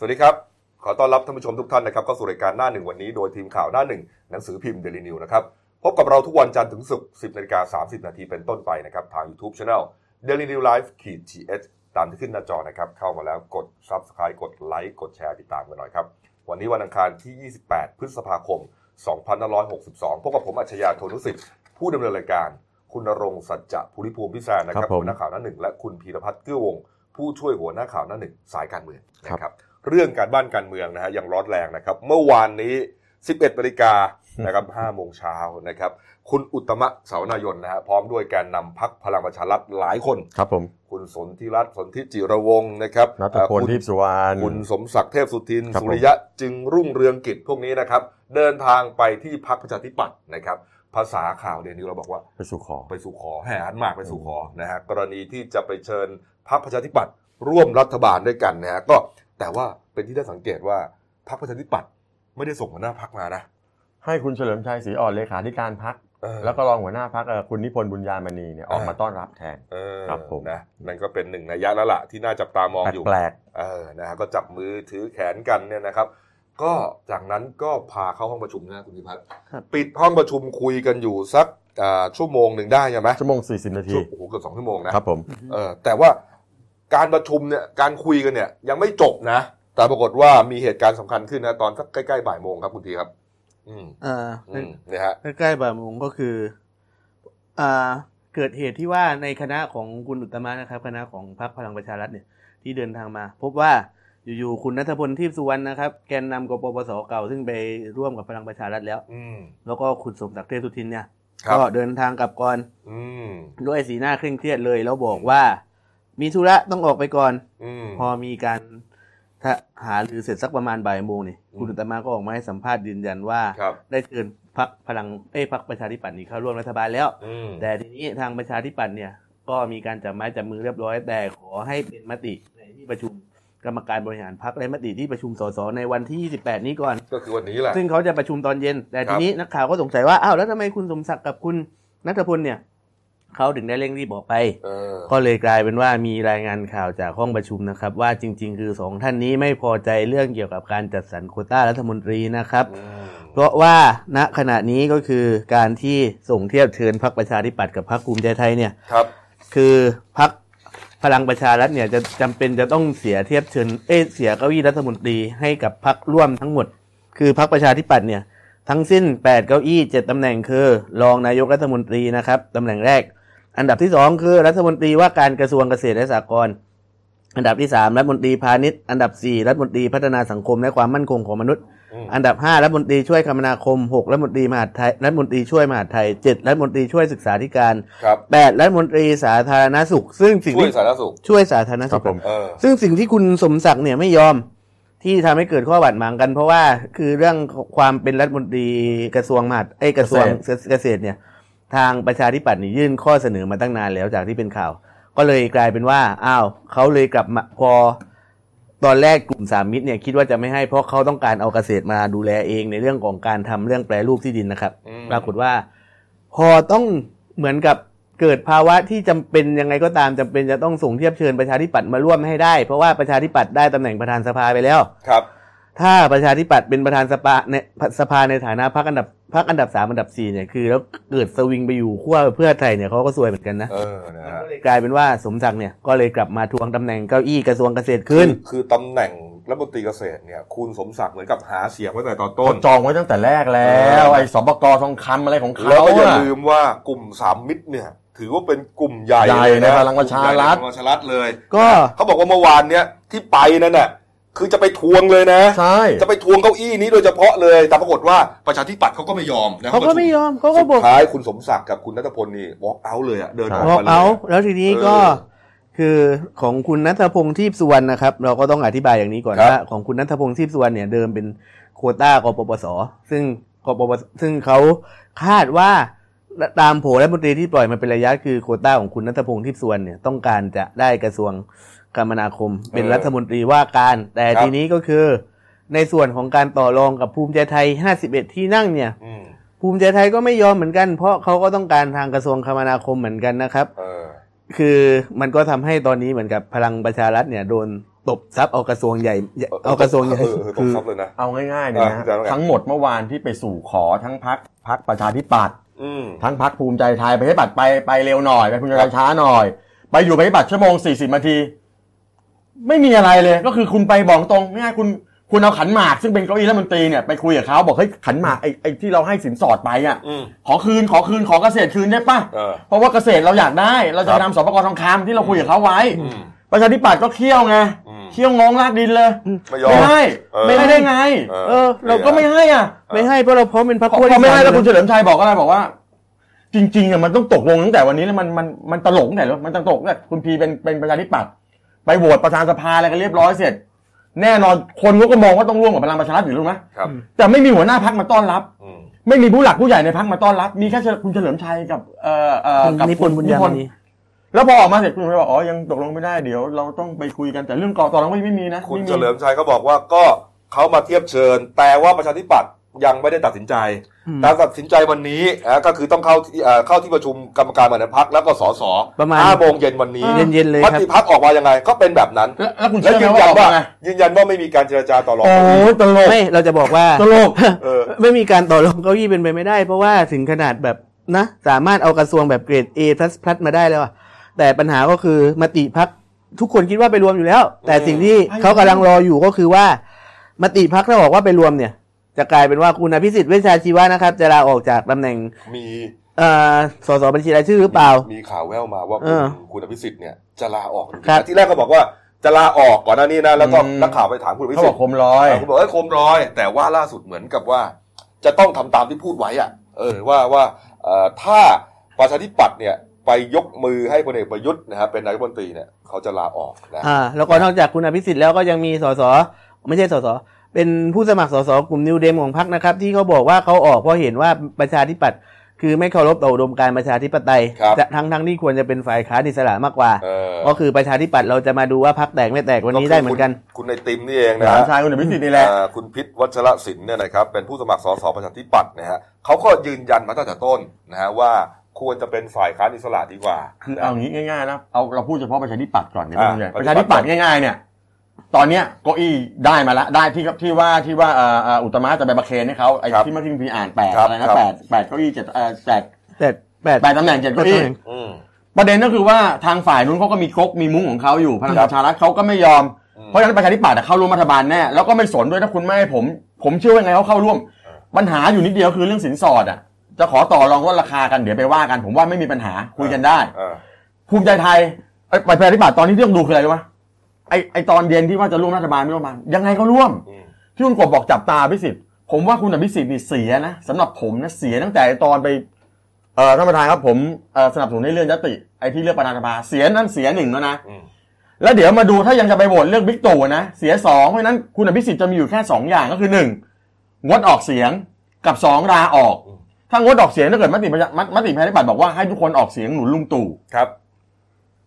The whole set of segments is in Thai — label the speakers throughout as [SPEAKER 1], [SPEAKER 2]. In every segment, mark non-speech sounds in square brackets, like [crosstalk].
[SPEAKER 1] สวัสดีครับ ขอต้อนรับท่านผู้ชมทุกท่านนะครับเข้าสู่รายการหน้าหนึ่งวันนี้โดยทีมข่าวหน้าหนึ่งหนังสือพิมพ์เดลินิวนะครับพบกับเราทุกวันจันทร์ถึงศุกร์10นาฬิกา30 นาทีเป็นต้นไปนะครับ ทาง YouTube Channel Daily New Life ขีด th ตามที่ขึ้นหน้าจอนะครับ เข้ามาแล้วกด Subscribe กดไลค์กดแชร์ติดตามกันหน่อยครับ วันนี้วันอังคารที่ 28 พฤษภาคม 2562 พบกับผมอัจฉริยะโทนุสิทธิ์ผู้ดำเนินรายการ คุณณรงค์สัจจะภูริภูมิพิศารนะค
[SPEAKER 2] ครั
[SPEAKER 1] รับบ
[SPEAKER 2] ผม
[SPEAKER 1] หัวหน้าข่าวหน้าหนึ่งและคุณพีรพัฒน์เกื้อวง ผู้ช่วยหัวหน้าข่าวหน้าหนึ่งสายการเมือง
[SPEAKER 2] ครับ
[SPEAKER 1] นะครับ เรื่องการบ้านการเมืองนะฮะยังร้อนแรงนะครับ เมื่อวานนี้ 11นาฬิกา
[SPEAKER 2] [laughs]
[SPEAKER 1] นะครับ5โมงเช้านะครับ คุณอุตตมะเสาวนายนนะฮะพร้อมด้วยแการนำพักพลังประชารัฐหลายคน
[SPEAKER 2] ครับผม
[SPEAKER 1] คุณสนธิรัตน์สนธิจิรวงศ์นะครับ
[SPEAKER 2] นัทพล
[SPEAKER 1] เอ่อคุณ
[SPEAKER 2] ทิพย์สุวรรณ
[SPEAKER 1] คุณสมศักดิ์เทพสุทิน
[SPEAKER 2] ครับผม
[SPEAKER 1] สุริยะจึงรุ่งเรืองกิจพวกนี้นะครับ เดินทางไปที่พักประชาธิปัตย์นะครับ ภาษาข่าวเดี๋ยวนี้เราบอกว่า
[SPEAKER 2] ไปสู่ขอ
[SPEAKER 1] ไปสู่ขอแห่อันหมากไปสู่ขอนะฮะกรณีที่จะไปเชิญพรรคประชาธิปัตย์ร่วมรัฐบาลด้วยกันนะฮะก็แต่ว่าเป็นที่ได้สังเกตว่าพรรคประชาธิปัตย์ไม่ได้ส่งหัวหน้าพรรคมานะ
[SPEAKER 2] ให้คุณเฉลิมชัยศรีอ่อนเลขาธิการพัก
[SPEAKER 1] เออ
[SPEAKER 2] แล้วก็รองหัวหน้าพักคุณนิพนธ์บุญญามณีเนี่ย
[SPEAKER 1] เออ
[SPEAKER 2] ออกมาต้อนรับแทน
[SPEAKER 1] เออ
[SPEAKER 2] ครับผม
[SPEAKER 1] นะนั่นก็เป็นหนึ่งในยะแล้วล่ะที่น่าจับตามองอยู่
[SPEAKER 2] แปลก
[SPEAKER 1] เออนะฮะก็จับมือถือแขนกันเนี่ยนะครับ ก็จากนั้นก็พาเข้าห้องประชุมนะคุณพิพัฒน์ปิดห้องประชุมคุยกันอยู่สักอ่าชั่วโมงหนึ่งได้ใช่ไหม
[SPEAKER 2] ๆชั่วโมง 40 นาที
[SPEAKER 1] ชั่วโอ้โหเกือบสองชั่วโมงนะ
[SPEAKER 2] ครับผม
[SPEAKER 1] เออแต่ว่าการประชุมเนี่ยการคุยกันเนี่ยยังไม่จบนะ แต่ปรากฏว่ามีเหตุการณ์สำคัญขึ้นนะ ตอนสักใกล้ๆบ่ายโมงครับคุณทีครับ อืม
[SPEAKER 3] อ่า
[SPEAKER 1] อืมเนี่ยฮะ
[SPEAKER 3] ใกล้ๆบ่ายโมงก็คืออ่าเกิดเหตุที่ว่าในคณะของคุณอุตตมะนะครับ คณะของพรรคพลังประชารัฐเนี่ยที่เดินทางมา พบว่าอยู่ๆคุณนัทพลทิพย์สุวรรณนะครับ แกนนำกปปสเก่าซึ่งไปร่วมกับพลังประชารัฐแล้ว
[SPEAKER 1] อืม
[SPEAKER 3] แล้วก็คุณสมศักดิ์เทพสุทินเนี่ย
[SPEAKER 1] ครับ
[SPEAKER 3] ก็เดินทางกลับก่อน
[SPEAKER 1] อืม
[SPEAKER 3] ด้วยสีหน้าเคร่งเครียดเลย แล้วบอกว่า มีธุระต้องออกไปก่อน
[SPEAKER 1] อืม
[SPEAKER 3] พอมีการถ้าหาหรือเสร็จสักประมาณบ่ายโมงเนี่ย
[SPEAKER 1] อืม
[SPEAKER 3] คุณอุตตมะก็ออกมาให้สัมภาษณ์ยืนยันว่า
[SPEAKER 1] ครับ
[SPEAKER 3] ได้เชิญพักพลังเอ้ยพักประชาธิปัตย์นี่เข้าร่วมรัฐบาลแล้ว
[SPEAKER 1] อืม
[SPEAKER 3] แต่ทีนี้ทางประชาธิปัตย์เนี่ยก็มีการจับไม้จับมือเรียบร้อย แต่ขอให้เป็นมติในที่ประชุมกรรมการบริหารพักและมติที่ประชุมสสในวันที่ 28 นี้ก่อน
[SPEAKER 1] ก็คือวันนี้แหละ
[SPEAKER 3] ซึ่งเขาจะประชุมตอนเย็น แต่
[SPEAKER 1] ครั
[SPEAKER 3] ที
[SPEAKER 1] บ
[SPEAKER 3] นี้นักข่าวก็สงสัยว่าอ้าวแล้วทำไมคุณสมศักดิ์กับคุณนัทพลเนี่ยเขาถึงได้เร่งรีบบอกไป
[SPEAKER 1] เออ
[SPEAKER 3] ก็เลยกลายเป็นว่ามีรายงานข่าวจากห้องประชุมนะครับ ว่าจริง ๆ คือสองท่านนี้ไม่พอใจเรื่องเกี่ยวกับการจัดสรรโควต้ารัฐมนตรีนะครับ
[SPEAKER 1] อืม
[SPEAKER 3] เพราะว่าณขณะนี้ก็คือการที่ส่งเทียบเชิญพรรคประชาธิปัตย์กับพรรคภูมิใจไทยเนี่ย
[SPEAKER 1] ครับ
[SPEAKER 3] คือพรรคพลังประชารัฐเนี่ยจะจำเป็นจะต้องเสียเทียบเชิญเอยเสียเก้าอี้รัฐมนตรีให้กับพรรคร่วมทั้งหมด คือพรรคประชาธิปัตย์เนี่ยทั้งสิ้น 8 เก้าอี้ 7ตำแหน่งคือ รองนายกรัฐมนตรีนะครับตำแหน่งแรก อันดับที่ 2 คือรัฐมนตรีว่าการกระทรวงเกษตรและสหกรณ์อันดับที่ 3 รัฐมนตรีพาณิชย์อันดับ 4 รัฐมนตรีพัฒนาสังคมและความมั่นคงของมนุษย์
[SPEAKER 1] อืม
[SPEAKER 3] อันดับ 5 รัฐมนตรีช่วยคมนาคม 6 รัฐมนตรีมหาดไทยรัฐมนตรีช่วยมหาดไทย 7 รัฐมนตรีช่วยศึกษาธิการ
[SPEAKER 1] ครับ
[SPEAKER 3] 8 รัฐมนตรีสาธารณสุข ซึ่งสิ่ง
[SPEAKER 1] ช่วย
[SPEAKER 3] ที่
[SPEAKER 1] สาธารณสุข
[SPEAKER 3] ช่วยสาธารณ
[SPEAKER 2] ค
[SPEAKER 3] สุ
[SPEAKER 2] รับ
[SPEAKER 3] ข
[SPEAKER 2] ผม
[SPEAKER 1] เออ
[SPEAKER 3] ซึ่งสิ่งที่คุณสมศักดิ์เนี่ยไม่ยอมที่ทำให้เกิดข้อบาดหมางกัน เพราะว่าคือเรื่องความเป็นรัฐมนตรีกระทรวงมหาดไอยกระทรวงเกษตรเนี่ยทางประชาธิปัตย์นี่ยื่นข้อเสนอมาตั้งนานแล้วจากที่เป็นข่าว ก็เลยกลายเป็นว่าอ้าวเขาเลยกลับมาพอ ตอนแรกกลุ่มสามมิตรเนี่ยคิดว่าจะไม่ให้เพราะเขาต้องการเอาเกษตรมาดูแลเองในเรื่องของการทำเรื่องแปรรูปที่ดินนะครับ
[SPEAKER 1] อืม
[SPEAKER 3] ปรากฏว่า พอต้องเหมือนกับเกิดภาวะที่จำเป็นยังไงก็ตามจำเป็นจะต้องส่งเทียบเชิญประชาธิปัตย์มาร่วมให้ได้ เพราะว่าประชาธิปัตย์ได้ตำแหน่งประธานสภาไปแล้ว
[SPEAKER 1] ครับ
[SPEAKER 3] ถ้าประชาธิปัตย์เป็นประธานสภาในสภาในฐานะพรรคอันดับพรรคอันดับสามอันดับสี่เนี่ยคือแล้วเกิดสวิงไปอยู่ขั้วเพื่อไทยเนี่ยเขาก็ซวยเหมือนกันนะ
[SPEAKER 1] เออนะฮะ
[SPEAKER 3] ก็เลยกลายเป็นว่าสมศักดิ์เนี่ยก็เลยกลับมาทวงตำแหน่งเก้าอี้กระทรวงเกษตรคืน
[SPEAKER 1] คือคือตำแหน่งรัฐมนตรีเกษตรเนี่ย คุณสมศักดิ์เหมือนกับหาเสียงไว้แต่ตอนต้น
[SPEAKER 2] จองไว้ตั้งแต่แรกแล้ว
[SPEAKER 1] เออ
[SPEAKER 2] ไอ้สปกทองคำอะไรของ
[SPEAKER 1] แล้ว
[SPEAKER 2] เขา
[SPEAKER 1] ก็อย่า
[SPEAKER 2] อะ
[SPEAKER 1] ลืมว่ากลุ่มสามมิตรเนี่ย ถือว่าเป็นกลุ่มใหญ่
[SPEAKER 2] ใหญ่
[SPEAKER 1] เลยนะ
[SPEAKER 2] ในพลังประชารัฐ
[SPEAKER 1] กลุ่มใหญ่ในพลังประชารัฐเลย
[SPEAKER 3] ก็
[SPEAKER 1] เขาบอกว่าเมื่อวานเนี้ยที่ไปนั่นน่ะคือจะไปทวงเลยนะ
[SPEAKER 2] ใช่
[SPEAKER 1] จะไปทวงเก้าอี้นี้โดยเฉพาะเลย แต่ปรากฏว่าประชาธิปัตย์เขาก็ไม่ยอมนะ
[SPEAKER 3] เขาก็ไม่ยอมเขาก็บอ
[SPEAKER 1] สุ
[SPEAKER 3] ก
[SPEAKER 1] ดท้ายคุณสมศักดิ์กับคุณนัทพลนี่วอล์กเอาเลยอะเดินออก
[SPEAKER 3] บอก
[SPEAKER 1] มาเลย
[SPEAKER 3] เอา
[SPEAKER 1] อะ
[SPEAKER 3] แล้วทีนี้
[SPEAKER 1] เออ
[SPEAKER 3] ก็คือของคุณนัทพงศ์ทีพสุวรรณนะครับ เราก็ต้องอธิบายอย่างนี้ก่อน
[SPEAKER 1] ครับ
[SPEAKER 3] ว่าของคุณนัทพงศ์ทีพสุวรรณเนี่ยเดิมเป็นโควต้ากปปส ซึ่งกปปสซึ่งเขาคาดว่าตามโผล่และมนตรีที่ปล่อยมาเป็นระยะคือโควต้าของคุณนัทพงศ์ทิพย์สุวรรณเนี่ยต้องการจะได้กระทรวงคมนาคม เป็นรัฐมนตรีว่าการ แต่ทีนี้ก็คือ ในส่วนของการต่อรองกับภูมิใจไทย 51 ที่นั่งเนี่ย
[SPEAKER 1] อืม
[SPEAKER 3] ภูมิใจไทยก็ไม่ยอมเหมือนกัน เพราะเขาก็ต้องการทางกระทรวงคมนาคมเหมือนกันนะครับ
[SPEAKER 1] เออ
[SPEAKER 3] คือมันก็ทำให้ตอนนี้เหมือนกับพลังประชารัฐเนี่ยโดน ตบซับเอากระทรวงใหญ่ใหญ่
[SPEAKER 1] เออ
[SPEAKER 3] เอากระทรวงใหญ่
[SPEAKER 1] เออเออต
[SPEAKER 3] คื
[SPEAKER 1] ก
[SPEAKER 3] อ
[SPEAKER 1] ซับเลยนะ
[SPEAKER 2] เอาง่ายๆเนี่ยนะ
[SPEAKER 1] อ่ะอาจารย์ว่าไง
[SPEAKER 2] ทั้งหมดเมื่อวานที่ไปสู่ขอทั้งพักพักประชาธิปัตย์
[SPEAKER 1] อืม
[SPEAKER 2] ทั้งพักภูมิใจไทยไปให้ปัดไปไปเร็วหน่อยไปภูมิใจไทยช้าหน่อย ไปอยู่ไปให้ปัดชั่วโมงสี่สิบนาที ไม่มีอะไรเลยก็คือคุณไปบอกตรงง่ายๆคุณคุณเอาขันหมากซึ่งเป็นเก้าอี้รัฐมนตรีเนี่ยไปคุยกับเขาบอกเฮ้ยขันหมากไอ้ไอ้ที่เราให้สินสอดไปอ่ะ
[SPEAKER 1] อืม
[SPEAKER 2] ขอคืนขอคืนขอเกษตรคืนได้ปะ
[SPEAKER 1] เออ
[SPEAKER 2] เพราะว่าเกษตรเราอยากได้ เราจะ
[SPEAKER 1] ครับ
[SPEAKER 2] นำสปกทองคำที่เราคุยกับเขาไว้
[SPEAKER 1] อืม
[SPEAKER 2] ประชาธิปัตย์ก็เคี่ยวไง
[SPEAKER 1] อืม
[SPEAKER 2] เคี่ยวงองลากดินเลย
[SPEAKER 1] ไม่ยอม
[SPEAKER 2] ไม่ให้
[SPEAKER 1] เออ
[SPEAKER 2] ไม่ให้ได้ไง
[SPEAKER 1] เออ
[SPEAKER 2] เออ เราก็ไม่ให้อ่ะ
[SPEAKER 3] ไม่ให้เพราะเราพร้อมเป็นพรรค
[SPEAKER 2] พอ
[SPEAKER 3] ขั้
[SPEAKER 2] พ
[SPEAKER 3] ว
[SPEAKER 2] อ
[SPEAKER 3] ที่
[SPEAKER 2] ไม่
[SPEAKER 3] สา
[SPEAKER 2] ให้แล้ว
[SPEAKER 3] นะ
[SPEAKER 2] คุณเฉลิมชัยบอกอะไรบอกว่า จริงๆอ่ะมันต้องตกลงตั้งแต่วันนี้แล้วมันมันมันตลกตั้งแต่แล้วมันต้องตกเนี่ยคุณพีเป็นเป็นประชาธิปัตย์ไปโหวตประธานสภาอะไรกันเรียบร้อยเสร็จ แน่นอนคนเขาก็มองว่าต้องร่วมกับพลังประชารัฐอยู่รู้ไหม
[SPEAKER 1] ครับ
[SPEAKER 2] แต่ไม่มีหัวหน้าพักมาต้อนรับ
[SPEAKER 1] อืม
[SPEAKER 2] ไม่มีผู้หลักผู้ใหญ่ในพักมาต้อนรับ มีแค่คุณเฉลิมชัยกับเอ่อเอ่อกับ
[SPEAKER 3] นิพนธ์บุญญามณี
[SPEAKER 2] แล้วพอออกมาเสร็จคุณไปบอกอ๋อยังตกลงไม่ได้เดี๋ยว เราต้องไปคุยกันแต่เรื่องกอตอนนั้นไม่ไม่มีนะ
[SPEAKER 1] คุณ
[SPEAKER 2] ไ
[SPEAKER 1] เฉลิมชัยเขาบอกว่าก็เขามาเทียบเชิญ แต่ว่าประชาธิปัตย์ยังไม่ได้ตัดสินใจการตัดสินใจวันนี้อ่ะก็คือต้องเข้าที่อ่ะเข้าที่ประชุมกรรมการบริหารพรรคแล้วก็สส
[SPEAKER 3] ประมาณ
[SPEAKER 1] ห้าโมงเย็นวันนี้
[SPEAKER 3] เย็นๆเลย
[SPEAKER 1] ม
[SPEAKER 3] ครับ
[SPEAKER 1] ติพักออกมายังไงก็เป็นแบบนั้น
[SPEAKER 2] แล้วแล้วคุณ
[SPEAKER 1] และ
[SPEAKER 2] เชื่อไหม
[SPEAKER 1] ยืนยัน
[SPEAKER 2] ว่าออก
[SPEAKER 1] ว่า
[SPEAKER 2] มาไง
[SPEAKER 1] ยืนยันว่าไม่มีการเจรจาต่อรอง
[SPEAKER 2] โอ้โหตลก
[SPEAKER 3] ไม่เราจะบอกว่า
[SPEAKER 2] ตลก
[SPEAKER 1] เออ
[SPEAKER 3] [laughs] ไม่มีการต่อรองเก้าอี้เป็นไปไม่ได้ เพราะว่าถึงขนาดแบบนะ สามารถเอากระทรวงแบบเกรด A พลัสพลัสมาได้แล้วอะแต่ปัญหาก็คือมติพักทุกคนคิดว่าไปรวมอยู่แล้ว แต่สิ่งที่เขากำลังรออยู่ก็คือว่า มติพักถ้าบอกว่าไปรวมเนี่ย จะกลายเป็นว่าคุณอภิสิทธิ์เวชชาชีวะนะครับ จะลาออกจากตำแหน่ง
[SPEAKER 1] มี
[SPEAKER 3] เอ่อสสบัญชีรายชื่อหรือเปล่า
[SPEAKER 1] มีข่าวแว่วมาว่า
[SPEAKER 3] เอ
[SPEAKER 1] คุณ
[SPEAKER 3] อ
[SPEAKER 1] คุณอภิสิทธิ์เนี่ยจะลาออกจริงๆ
[SPEAKER 3] ครับ
[SPEAKER 1] ที่แรกเขาบอกว่าจะลาออกก่อนหน้านี้นะแล้วก็
[SPEAKER 2] อืม
[SPEAKER 1] นักข่าวไปถามคุณอภิ
[SPEAKER 2] เขา
[SPEAKER 1] สิ
[SPEAKER 2] บ
[SPEAKER 1] ท
[SPEAKER 2] อก
[SPEAKER 1] ธิ์
[SPEAKER 2] คมร้อย
[SPEAKER 1] เออคุณบอกเอ้ยคมร้อย แต่ว่าล่าสุดเหมือนกับว่า จะต้องทำตามที่พูดไว้อะเออว่าว่าเอ่อถ้าประชาธิปัตย์เนี่ยไปยกมือให้พลเอกประยุทธ์นะครับเป็นนายกรัฐมนตรีเนี่ยเขาจะลาออกนะ
[SPEAKER 3] อ่าแล้วก็นอกจากคุณอภิสิทธิ์แล้วก็ยังมีสสไม่ใช่สสเป็นผู้สมัครสสกลุ่มนิวเดมของพรรคนะครับ ที่เขาบอกว่าเขาออกเพราะเห็นว่าประชาธิปัตย์คือไม่เคารพต่ออุดมการณ์ประชาธิปไตยจะทั้งทั้งที่ควรจะเป็นฝ่ายค้านอิสระมากกว่า
[SPEAKER 1] เออ
[SPEAKER 3] ก็คือประชาธิปัตย์เราจะมาดูว่าพรรคแตกไม่แตกวันนี้ได้เหมือนกัน
[SPEAKER 1] คืคุณคุณในติมนี่เองนะ
[SPEAKER 2] หลา
[SPEAKER 1] ฮะ
[SPEAKER 2] นชายคุณอภิสิทธิ์นี่แหละ
[SPEAKER 1] เอ่อคุณพิษวัชรศิลป์เนี่ยนะครับเป็นผู้สมัครสสประชาธิปัตย์นะฮะเขาก็ยืนยันมาตั้งแต่ต้นนะฮะว่าควรจะเป็นฝ่ายค้านอิสระดีกว่า
[SPEAKER 2] คือ
[SPEAKER 1] นะ
[SPEAKER 2] เอางี้ง่ายๆนะเอาเราพูดเฉพาะประชาธิปัตย์ก่อนเนี่ย
[SPEAKER 1] อ่า
[SPEAKER 2] ประชาธิปัตย์ง่ายๆเนี่ย ตอนเนี้ยเก้าอี้ได้มาละได้ที่ที่ว่าที่ว่าเอ่อเอ่ออุตมะจะไปประเคนให้เขาไอ้
[SPEAKER 1] ครับ
[SPEAKER 2] ที่เมื่อกี้พี่อ่านแปด
[SPEAKER 1] ครับ
[SPEAKER 2] อะไรนะครับ แปดแปดเก้าอี้เจ็ดเอ่อแปด
[SPEAKER 3] แต่แปด
[SPEAKER 2] แปดตำแหน่งเจ็ดเก้าอี้
[SPEAKER 3] แปดตำแหน่ง
[SPEAKER 1] อืม
[SPEAKER 2] ประเด็นก็คือว่าทางฝ่ายนู้นเขาก็มีก๊กมีมุ้งของเขาอยู่พลังประชารัฐเขาก็ไม่ยอม
[SPEAKER 1] อืม
[SPEAKER 2] เพราะฉะนั้นประชาธิปัตย์อะเข้าร่วมรัฐบาลแน่แล้วก็ไม่สนด้วยถ้าคุณไม่ให้ผม ผมเชื่อว่ายังไงเขาเข้าร่วม ปัญหาอยู่นิดเดียวคือเรื่องสินสอดอ่ะจะขอต่อรองว่าราคากันเดี๋ยวไปว่ากัน ผมว่าไม่มีปัญหาคุยกันได้
[SPEAKER 1] เออ
[SPEAKER 2] ภูมิใจไทยไอ้ยประชาธิปัตย์ตอนนี้ที่ต้องดูคืออะไรรู้ไหมไอ้ไอ้ตอนเย็นที่ว่าจะร่วมรัฐบาลไม่ร่วมมายังไงก็ร่วม
[SPEAKER 1] อืม
[SPEAKER 2] ที่คุณกบบอกจับตาพิสิทธิ์ผมว่าคุณอภิสิทธิ์นี่เสียนะสำหรับผมนะเสียตั้งแต่ตอนไปเอ่อท่านประธานครับผมเอ่อสนับสนุนให้เลื่อนยติไอ้ที่เลือกประธานสภาเสียนั่นเสียหนึ่งแล้วนะ
[SPEAKER 1] อืม
[SPEAKER 2] แล้วเดี๋ยวมาดูถ้ายังจะไปโหวตเลือกบิ๊กตู่นะเสียสองเพราะฉะนั้นคุณอภิสิทธิ์จะมีอยู่แค่สองอย่างก็คือหนึ่งงดออกเสียงกับสองลาออก ถ้างดออกเสียงถ้าเกิดมติประชามติประชาธิปัตย์บอกว่าให้ทุกคนออกเสียงหนุนลุงตู่
[SPEAKER 1] ครับ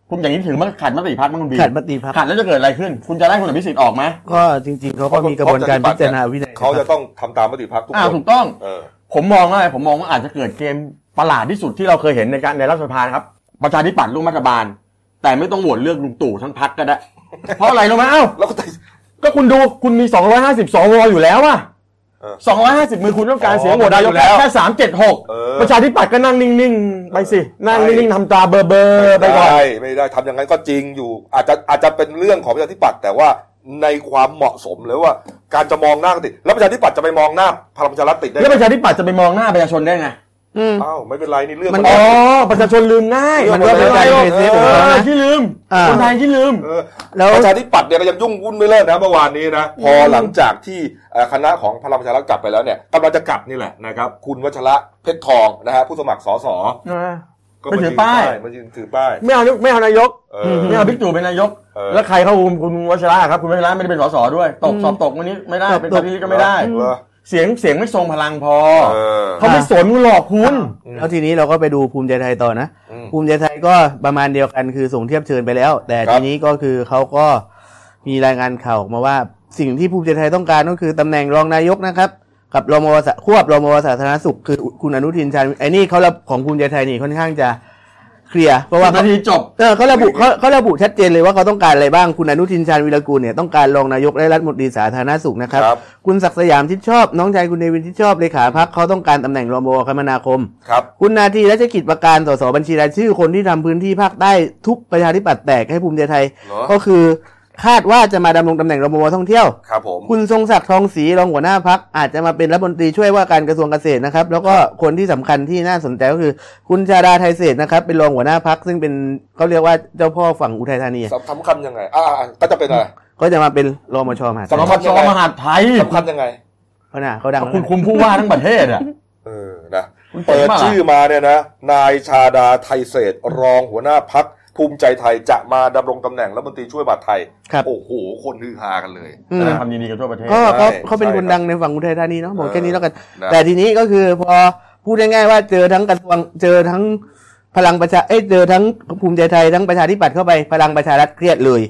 [SPEAKER 2] คุณอย่างนี้ถือมันขัดมติพักมั้งคุณบี
[SPEAKER 3] ขัดมติพรรค
[SPEAKER 2] ขัดแล้วจะเกิดอะไรขึ้น คุณจะไล่คุณอภิสิทธิ์ออกไหม
[SPEAKER 3] ก็จริง ๆเขาก็มีกระบวนการพิจารณาวินัย
[SPEAKER 1] เขาจะต้องทำตามมติพักทุก
[SPEAKER 2] อ้า
[SPEAKER 1] ค
[SPEAKER 2] วน ถูกต้อง
[SPEAKER 1] เออ
[SPEAKER 2] ผมมองว่าอะไรผมมองว่าอาจจะเกิดเกมประหลาดที่สุดที่เราเคยเห็นในการในรัฐสภานะครับ ประชาธิปัตย์ร่วมรัฐบาล แต่ไม่ต้องโหวตเลือกลุงตู่ทั้งพักก็
[SPEAKER 1] [laughs]
[SPEAKER 2] ได้ เพราะอะไรรู้ไหมเอ้า
[SPEAKER 1] แล้วก็ได้
[SPEAKER 2] ก็คุณดูคุณมี 250สวอยู่แล้วอะ
[SPEAKER 1] เออ
[SPEAKER 2] 250มือคุณต้องการเสียงโหวตนา
[SPEAKER 1] อ
[SPEAKER 2] ยก
[SPEAKER 1] ยู่แล้ว
[SPEAKER 2] แค่สามเจ็ดหก
[SPEAKER 1] เออ
[SPEAKER 2] ประชาธิปัตย์ก็นั่งนิ่งๆไปสินั่ง
[SPEAKER 1] ไป
[SPEAKER 2] นิ่งๆทำตาเบอร์ๆไป
[SPEAKER 1] ไม่
[SPEAKER 2] ก่อน
[SPEAKER 1] ได้ไม่ได้ทำอย่างนั้นก็จริงอยู่ อาจจะอาจจะเป็นเรื่องของประชาธิปัตย์แต่ว่าในความเหมาะสมหรือว่าการจะมองหน้ากันติดแล้วประชาธิปัตย์จะไปมองหน้าพลังประชารัฐติดได้
[SPEAKER 2] แล้วประชาธิปัตย์จะไปมองหน้าประชาชนได้ไง
[SPEAKER 3] อืม
[SPEAKER 1] อ้าวไม่เป็นไรนี่เรื่อง
[SPEAKER 3] มัน
[SPEAKER 1] ข
[SPEAKER 2] อ๋
[SPEAKER 1] อ
[SPEAKER 2] อง ประชาชนลืมง่าย
[SPEAKER 1] มันก็เป็นใจ
[SPEAKER 2] ไหรอก
[SPEAKER 1] เฟซบุ๊ก
[SPEAKER 2] เอ
[SPEAKER 3] แล้ว
[SPEAKER 2] อ
[SPEAKER 3] นะ
[SPEAKER 2] ที่ลืม
[SPEAKER 3] อ่า
[SPEAKER 2] คนไทยที่ลืม
[SPEAKER 1] เออ
[SPEAKER 3] แล้ว
[SPEAKER 1] ประชาธิปัตย์เนี่ยก็ยังยุ่งวุ่นไม่เลิกนะเมื่อวานนี้นะพอหลังจากที่เอ่อคณะของพลังประชารัฐกลับไปแล้วเนี่ยกำลังจะกลับนี่แหละนะครับคุณวัชระเพชรทองนะฮะผู้สมัครสสก็
[SPEAKER 2] ไปถือป้าย
[SPEAKER 1] มายืนถือป้าย
[SPEAKER 2] ไม่เอาไม่เอานายก
[SPEAKER 1] เออ
[SPEAKER 2] ไม่เอาบิ๊กตู่เป็นนายก
[SPEAKER 1] เออ
[SPEAKER 2] แล้วใครเข้าคุมคุณวัชระครับคุณวัชระไม่ได้เป็นสสด้วย ตกสอบตกวันนี้ไม่ได้
[SPEAKER 3] ตก
[SPEAKER 2] เป็นปฏิก็ไม่ได้
[SPEAKER 1] เหรอ
[SPEAKER 2] เสียงเสียงไม่ทรงพลังพอ
[SPEAKER 1] เออ
[SPEAKER 2] เขาไม่สนคุณหลอกคุณ
[SPEAKER 3] แล้วทีนี้เราก็ไปดูภูมิใจไทยต่อนะ
[SPEAKER 1] อืม
[SPEAKER 3] ภูมิใจไทยก็ประมาณเดียวกันคือส่งเทียบเชิญไปแล้ว แต่
[SPEAKER 1] ครับ
[SPEAKER 3] ทีนี้ก็คือเขาก็มีรายงานข่าวออกมาว่าสิ่งที่ภูมิใจไทยต้องการก็คือตำแหน่งรองนายกนะครับ กับรมวสควบรมวสาธารณสุขคือคุณอนุทินชาญไอ้นี่เขารับของภูมิใจไทยนี่ค่อนข้างจะ เคลียร์เพราะว่า
[SPEAKER 2] ว่านา
[SPEAKER 3] เขา
[SPEAKER 2] ทีจบ
[SPEAKER 3] เออเขาระบุเขาเขาระบุชัดเจนเลยว่าเขาต้องการอะไรบ้างคุณอนุทินชาญวีรกูลเนี่ยต้องการรองนายกและรัฐมนตรีสาธารณสุขนะครับ
[SPEAKER 1] ครับ
[SPEAKER 3] คุณศักดิ์สยามชิดชอบน้องชายคุณเนวินชิดชอบเลขาพักเขาต้องการตำแหน่งรองบวคมนาคม
[SPEAKER 1] ครับ
[SPEAKER 3] คุณนาทีและจะกิจประการสสบัญชีรายชื่อคนที่ทำพื้นที่ภาคใต้ทุกประชาธิปัตย์แตกให้ภูมิใจไทย
[SPEAKER 1] เหรอ
[SPEAKER 3] ก็คือคาดว่าจะมาดำรงตำแหน่งรองบวท่องเที่ยว
[SPEAKER 1] ครับผม
[SPEAKER 3] คุณทรงศักดิ์ทองศรีรองหัวหน้าพักอาจจะมาเป็นรัฐมนตรีช่วยว่าการกระทรวงเกษตรนะครับ แล้วก็คนที่สำคัญที่น่าสนใจก็คือ คุณชาดาไทยเศรษฐ์นะครับเป็นรองหัวหน้าพักซึ่งเป็นเขาเรียกว่าเจ้าพ่อฝั่งอุทัยธานี
[SPEAKER 1] สำคัญยังไง อ่าอ่าก็จะเป็นอะไร
[SPEAKER 3] ก็จะมาเป็นรมชมหาดไท
[SPEAKER 1] สำห
[SPEAKER 3] ย
[SPEAKER 2] ร
[SPEAKER 1] รับ
[SPEAKER 2] มชมหาดไทย
[SPEAKER 1] สำคัญยังไง
[SPEAKER 3] เขาหน้าเขาดัง
[SPEAKER 2] คุ
[SPEAKER 3] แล้
[SPEAKER 2] ณ
[SPEAKER 3] ว
[SPEAKER 2] คุมผู้ว่าทั้งประเทศอ่ะ
[SPEAKER 1] เออนะ
[SPEAKER 2] คุณเปิ
[SPEAKER 1] เปิ
[SPEAKER 2] ด
[SPEAKER 1] ด
[SPEAKER 2] มา
[SPEAKER 1] ชื่อมาเนี่ยนะ นายชาดาไทยเศรษฐ์รองหัวหน้าพักภูมิใจไทยจะมาดำรงตำแหน่งรัฐมนตรีช่วยมหาดไทย
[SPEAKER 3] ครับ
[SPEAKER 1] โอ้โห คนฮือฮากันเลย
[SPEAKER 3] อืม
[SPEAKER 2] แสดงความยินดีกับทั่วประเทศ
[SPEAKER 3] ก็เขา
[SPEAKER 1] ใช่
[SPEAKER 3] เขาเป็นคน
[SPEAKER 1] ใช่ครับ
[SPEAKER 3] ดังในฝั่งอุทัยธานีเนาะบอกแค่นี้แล้วกัน
[SPEAKER 1] นะ
[SPEAKER 3] แต่ทีนี้ก็คือพอพูดง่ายๆว่าเจอทั้งกระทรวงเจอทั้งพลังประชาเอ้ยเจอทั้งภูมิใจไทยทั้งประชาธิปัตย์เข้าไปพลังประชารัฐเครียดเลย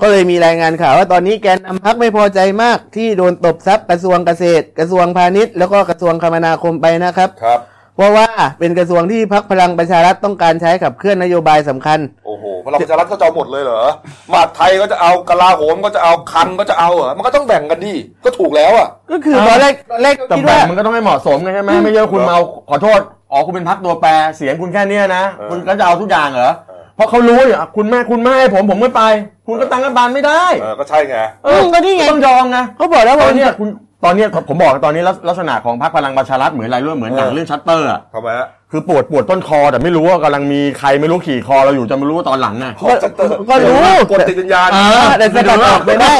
[SPEAKER 3] ก็เลยมีรายงานข่าวว่าตอนนี้แกนนำพักไม่พอใจมากที่โดนตบทรัพย์กระทรวงเกษตร กระทรวงพาณิชย์แล้วก็กระทรวงคมนาคมไปนะครับ
[SPEAKER 1] ครับ
[SPEAKER 3] เพราะว่าเป็นกระทรวงที่พักพลังประชารัฐต้องการใช้ขับเคลื่อนนโยบายสำคัญ
[SPEAKER 1] โอ้โหพลังประชารัฐก็จะเอาหมดเลยเหรอมหาดไทยก็จะเอากลาโหมก็จะเอาคลังก็จะเอาเหรอมันก็ต้องแบ่งกันดิก็ถูกแล้วอ่ะ
[SPEAKER 3] ก็คือ
[SPEAKER 2] เอ้า
[SPEAKER 3] ตอนแรกตอนแรก
[SPEAKER 2] แต่
[SPEAKER 3] คิด
[SPEAKER 2] แบ่
[SPEAKER 3] ว่า
[SPEAKER 2] งมันก็ต้องให้เหมาะสมไงใช่ไหมไม่เยอะคุณ
[SPEAKER 1] ครับ
[SPEAKER 2] เมาขอโทษอ๋อคุณเป็นพักตัวแปรเสียงคุณแค่เนี้ยนะ
[SPEAKER 1] เออ
[SPEAKER 2] คุณก็จะเอาทุกอย่างเหรอ
[SPEAKER 1] เออ
[SPEAKER 2] เพราะเขารู้อยู่อ่ะคุณแม่คุณไม่ให้ผมผมไม่ไป คุณก็ตั้งรัฐบาลไม่ได้
[SPEAKER 1] เออก็ใช่ไง
[SPEAKER 2] เออ
[SPEAKER 3] ก็นี่ไง
[SPEAKER 2] ต้องยอมนะ
[SPEAKER 3] เขาบอกแล้ว
[SPEAKER 2] ต
[SPEAKER 3] ว่า
[SPEAKER 2] อนเนี้ยคุณตอนเนี้ยผมบอกตอนนี้ลักลักษณะของพรรคพลังประชารัฐเหมือนอะไรรู้ไหมเหมือนหนัง
[SPEAKER 1] เออ
[SPEAKER 2] เรื่องชัตเตอร์อะ
[SPEAKER 1] ทำไมฮะ
[SPEAKER 2] คือปวดปวดต้นคอแต่ไม่รู้ว่ากำลังมีใครไม่รู้ขี่คอเราอยู่จะมารู้ว่าตอนหลังน่ะ
[SPEAKER 1] ฮอตจัตเตอร์
[SPEAKER 3] ก็รู้
[SPEAKER 1] กดติดวิญญาณ
[SPEAKER 2] เออ
[SPEAKER 3] แต่สะบัดออกไม่ได้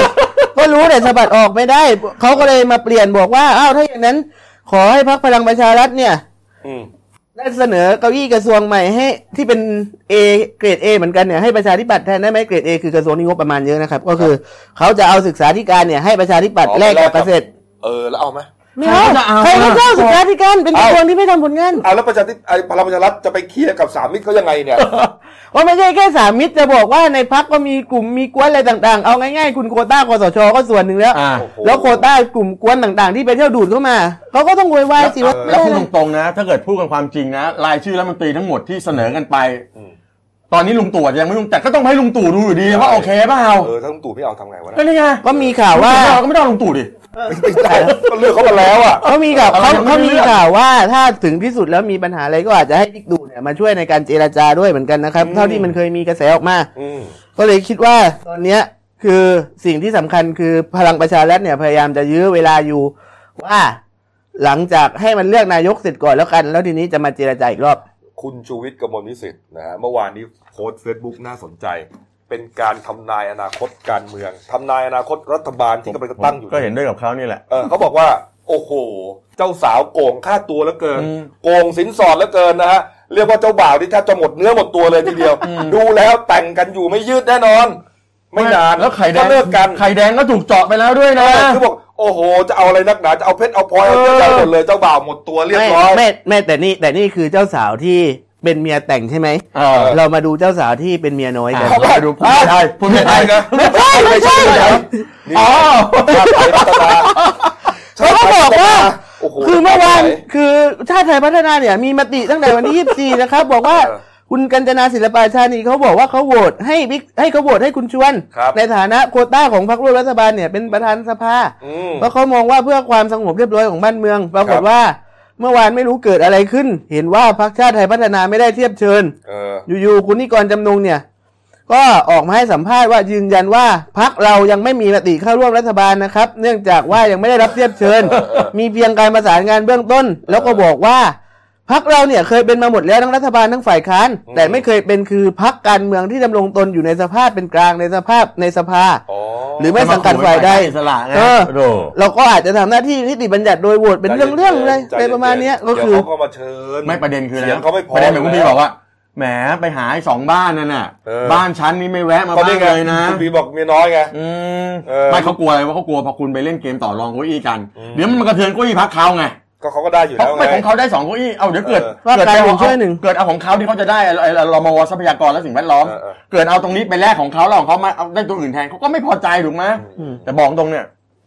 [SPEAKER 3] ก็รู้แต่สะบัดออกไม่ได้ เขาก็เลยมาเปลี่ยนบอกว่า อ้าว ถ้าอย่างนั้น ขอให้พักพลังประชารัฐเนี่ย
[SPEAKER 1] อืม
[SPEAKER 3] ได้เสนอเก้าอี้กระทรวงใหม่ให้ที่เป็น A เกรด A เหมือนกันเนี่ยให้ประชาธิปัตย์แทนได้ไหมเกรด A คือกระทรวงที่งบประมาณเยอะนะครับ ก็คือเขาจะเอาศึกษาธิการเนี่ยให้ประชาธิปัตย์
[SPEAKER 1] อ๋อ
[SPEAKER 3] แลกกับ
[SPEAKER 1] ไปแลกกั
[SPEAKER 3] เก
[SPEAKER 1] บ
[SPEAKER 3] ษตร
[SPEAKER 1] เออแล้วเอาไหม
[SPEAKER 3] ไม่เอา
[SPEAKER 2] ใค
[SPEAKER 3] ใค
[SPEAKER 2] ร
[SPEAKER 3] ร
[SPEAKER 2] ก็จะเอา
[SPEAKER 3] ก็เจ้าศึกษาธิการเป็นก
[SPEAKER 1] เอา
[SPEAKER 3] ระทรวงที่ไม่ทำผลงาน
[SPEAKER 1] อ่ะแล้วประชาธิไอ้พลังประชารัฐจะไปเคลียร์กับสามมิตรเขายังไงเนี่ย
[SPEAKER 3] ว่าไม่ใช่แค่สามมิตรจะบอกว่าในพักก็มีกลุ่มมีกวนอะไรต่างๆ เอาง่ายๆ คุณโควต้าคสชก็ส่วนหนึ่งแล้ว
[SPEAKER 2] อ่า
[SPEAKER 1] โอ้โห
[SPEAKER 3] แล้วโควต้ากลุ่มกวนต่างๆ ที่ไปเที่ยวดูดเข้ามาเขาก็ต้องโวยวายสิว่าไม่
[SPEAKER 2] แล้ว
[SPEAKER 3] ได้
[SPEAKER 2] พูด
[SPEAKER 3] เล
[SPEAKER 2] ต
[SPEAKER 3] ย
[SPEAKER 2] รงๆนะ ถ้าเกิดพูดกันความจริงนะ รายชื่อรัฐมนตรีทั้งหมดที่เสนอกันไป
[SPEAKER 1] อืม
[SPEAKER 2] ตอนนี้ลุงตู่อาจจะยังไม่ลุงแต่ก็ต้องให้ลุงตู่ดูอยู่ดีว่าโอเคเปล่า
[SPEAKER 1] เออถ้าลุงตู่ไม่เอาทำไงวะนะ
[SPEAKER 2] ก็นี่ไง
[SPEAKER 3] ก็มีข่าวว่า
[SPEAKER 2] ลุงตู่ไม่เอก็ไม่ต้องเอาลุงตู่ดิ
[SPEAKER 1] ไม่ได้ก็เลือกเขามาแล้วอ่ะ
[SPEAKER 3] เขามีข่าว
[SPEAKER 2] อะไรยังไม่
[SPEAKER 3] เขาเขา
[SPEAKER 2] ได้
[SPEAKER 3] มี
[SPEAKER 2] เลือก
[SPEAKER 3] ข่าวว่าถ้าถึงที่สุดแล้วมีปัญหาอะไรก็อาจจะให้บิ๊กดูเนี่ยมาช่วยในการเจรจาด้วยเหมือนกันนะครับ
[SPEAKER 1] อืม
[SPEAKER 3] เท่าที่มันเคยมีกระแสออกมา
[SPEAKER 1] อืม
[SPEAKER 3] ก็เลยคิดว่าตอนเนี้ยคือสิ่งที่สำคัญคือพลังประชารัฐเนี่ยพยายามจะยื้อเวลาอยู่ว่า หลังจากให้มันเลือกนายกเสร็จก่อนแล้วกัน แล้วทีนี้จะมาเจรจาอีกรอบ
[SPEAKER 1] คุณชูวิทย์กมลวิสิทธิ์นะฮะเมื่อวานนี้โพสต์เฟซบุ๊กน่าสนใจ เป็นการทำนายอนาคตการเมืองทำนายอนาคตรัฐบาลที่กำลังจะตั้งอยู่
[SPEAKER 2] ก็เห็นด้วยกับเขานี่แหละ
[SPEAKER 1] เออเขาบอกว่า โอ้โห เจ้าสาวโกงค่าตัวแล้วเกิน
[SPEAKER 2] อืม
[SPEAKER 1] โกงสินสอดแล้วเกินนะฮะเรียกว่าเจ้าบ่าวที่แทบจะหมดเนื้อหมดตัวเลยทีเดียว ดูแล้วแต่งกันอยู่ไม่ยืดแน่นอน ไม่นาน
[SPEAKER 2] แล้วไข่แดง
[SPEAKER 1] ก็เลิกกัน
[SPEAKER 2] ไข่แดงก็ถูกเจาะไปแล้วด้วยนะ
[SPEAKER 1] คือบอกโอ้โห จะเอาอะไรนักหนา จะเอาเพชรเอาพลอยเอาเงิน
[SPEAKER 2] เออ
[SPEAKER 1] เอาหมดเลยเจ้าบ่าวหมดตัวเรียบ
[SPEAKER 3] ไม่
[SPEAKER 1] ร้อย
[SPEAKER 3] ไม่ไม่แต่นี่แต่นี่คือเจ้าสาวที่เป็นเมียแต่งใช่ไหม
[SPEAKER 2] เออ
[SPEAKER 3] เรามาดูเจ้าสาวที่เป็นเมียน้อยกัน
[SPEAKER 1] ครับ
[SPEAKER 2] ดูพูดไทยพูดไม่ได้นะ
[SPEAKER 1] ไม่ใช่ไม่ใช่ไม่ใช่
[SPEAKER 2] อ๋อ
[SPEAKER 1] ชาติไทยพัฒนา
[SPEAKER 3] เขาก็บอกว่า
[SPEAKER 1] โโห
[SPEAKER 3] คือเมื่อวานคือชาติไทยพัฒนาเนี่ยมีมติตั้งแต่วันที่
[SPEAKER 1] [laughs]
[SPEAKER 3] 24 นะครับ บอกว่า
[SPEAKER 1] เออ
[SPEAKER 3] คุณกัญจนาศิลปาชานีเขาบอกว่าเขาโหวตให้บิ๊กให้เขาโหวตให้คุณชวน
[SPEAKER 1] ครับ
[SPEAKER 3] ในฐานะโควต้าของพรรคร่วมรัฐบาลเนี่ยเป็นประธานสภา
[SPEAKER 1] อืม
[SPEAKER 3] เพราะเขามองว่าเพื่อความสงบเรียบร้อยของบ้านเมือง ปราก
[SPEAKER 1] ครั
[SPEAKER 3] ฏ
[SPEAKER 1] บ
[SPEAKER 3] ว่า เมื่อวานไม่รู้เกิดอะไรขึ้น เห็นว่าพรรคชาติไทยพัฒนาไม่ได้เทียบเชิญ
[SPEAKER 1] เออ
[SPEAKER 3] อยู่ๆคุณนิกรจำนงเนี่ย ก็ออกมาให้สัมภาษณ์ว่ายืนยันว่าพักเรายังไม่มีมติเข้าร่วมรัฐบาลนะครับ เนื่องจากว่ายังไม่ได้รับเทียบเชิญ มีเพียงการประสานงานเบื้องต้น แล้วก็บอกว่าพักเราเนี่ยเคยเป็นมาหมดแล้วทั้งรัฐบาลทั้งฝ่ายค้าน
[SPEAKER 1] อืม
[SPEAKER 3] แต่ไม่เคยเป็นคือพักการเมืองที่ดำรงตนอยู่ในสภาพเป็นกลางในสภาพในสภา
[SPEAKER 1] อ๋อ
[SPEAKER 3] หรือไม่สังกัดฝ่ายใด
[SPEAKER 2] อิสระไง
[SPEAKER 3] เออ
[SPEAKER 2] โด
[SPEAKER 3] เราก็อาจจะทำหน้าที่นิติบัญญัติโดยโหวตเป็นเรื่องๆเลย
[SPEAKER 1] ใจ
[SPEAKER 3] ใน
[SPEAKER 1] ย็ๆ
[SPEAKER 3] ประมาณเนี้ย
[SPEAKER 1] ดี๋
[SPEAKER 3] ก็
[SPEAKER 1] ยว
[SPEAKER 3] คือ
[SPEAKER 1] เขาก็มาเชิญ
[SPEAKER 2] ไม่ประเด็นคืออะไร
[SPEAKER 1] สียงเขาไม่พอ
[SPEAKER 2] ประเด็นเหมือนคุณพี่บอกว่าแหมไปหาไอ้สองบ้านนั่นน่ะ
[SPEAKER 1] เออ
[SPEAKER 2] บ้านชั้นนี้ไม่แวะมา
[SPEAKER 1] ก็
[SPEAKER 2] บ้าง
[SPEAKER 1] ไไง
[SPEAKER 2] เลยนะ
[SPEAKER 1] คุณพี่บอกเมียน้อยไง
[SPEAKER 2] อืม
[SPEAKER 1] เออ
[SPEAKER 2] ไม่เขากลัวอะไรวะเขากลัวพอคุณไปเล่นเกมต่อรองเก้าอี้กัน
[SPEAKER 1] อืม
[SPEAKER 2] เดี๋ยวมันกระเทือนเก้าอี้พักเขาไง
[SPEAKER 1] ก็เขาก็ได้อยู่
[SPEAKER 2] เขา
[SPEAKER 1] แล้วไง
[SPEAKER 2] ไม่ของเขาได้สองเก้าอี้เอาเดี๋ยวเกิด
[SPEAKER 1] เออ
[SPEAKER 3] ว่า
[SPEAKER 2] เกิด
[SPEAKER 3] การ
[SPEAKER 2] เอา
[SPEAKER 3] เห็นช่วยหนึ่ง
[SPEAKER 2] เกิดเอาของเขาที่เขาจะได้ไอ้ไอ้ไอ้รมวทรัพยากรและสิ่งแวดล้อม
[SPEAKER 1] เออเออ
[SPEAKER 2] เกิดเอาตรงนี้ไปแลกของเขาแล้วของเขามาเอาได้ตัวอื่นแทนเขาก็ไม่พอใจถูกไหมแต่บอกตรงเนี่ย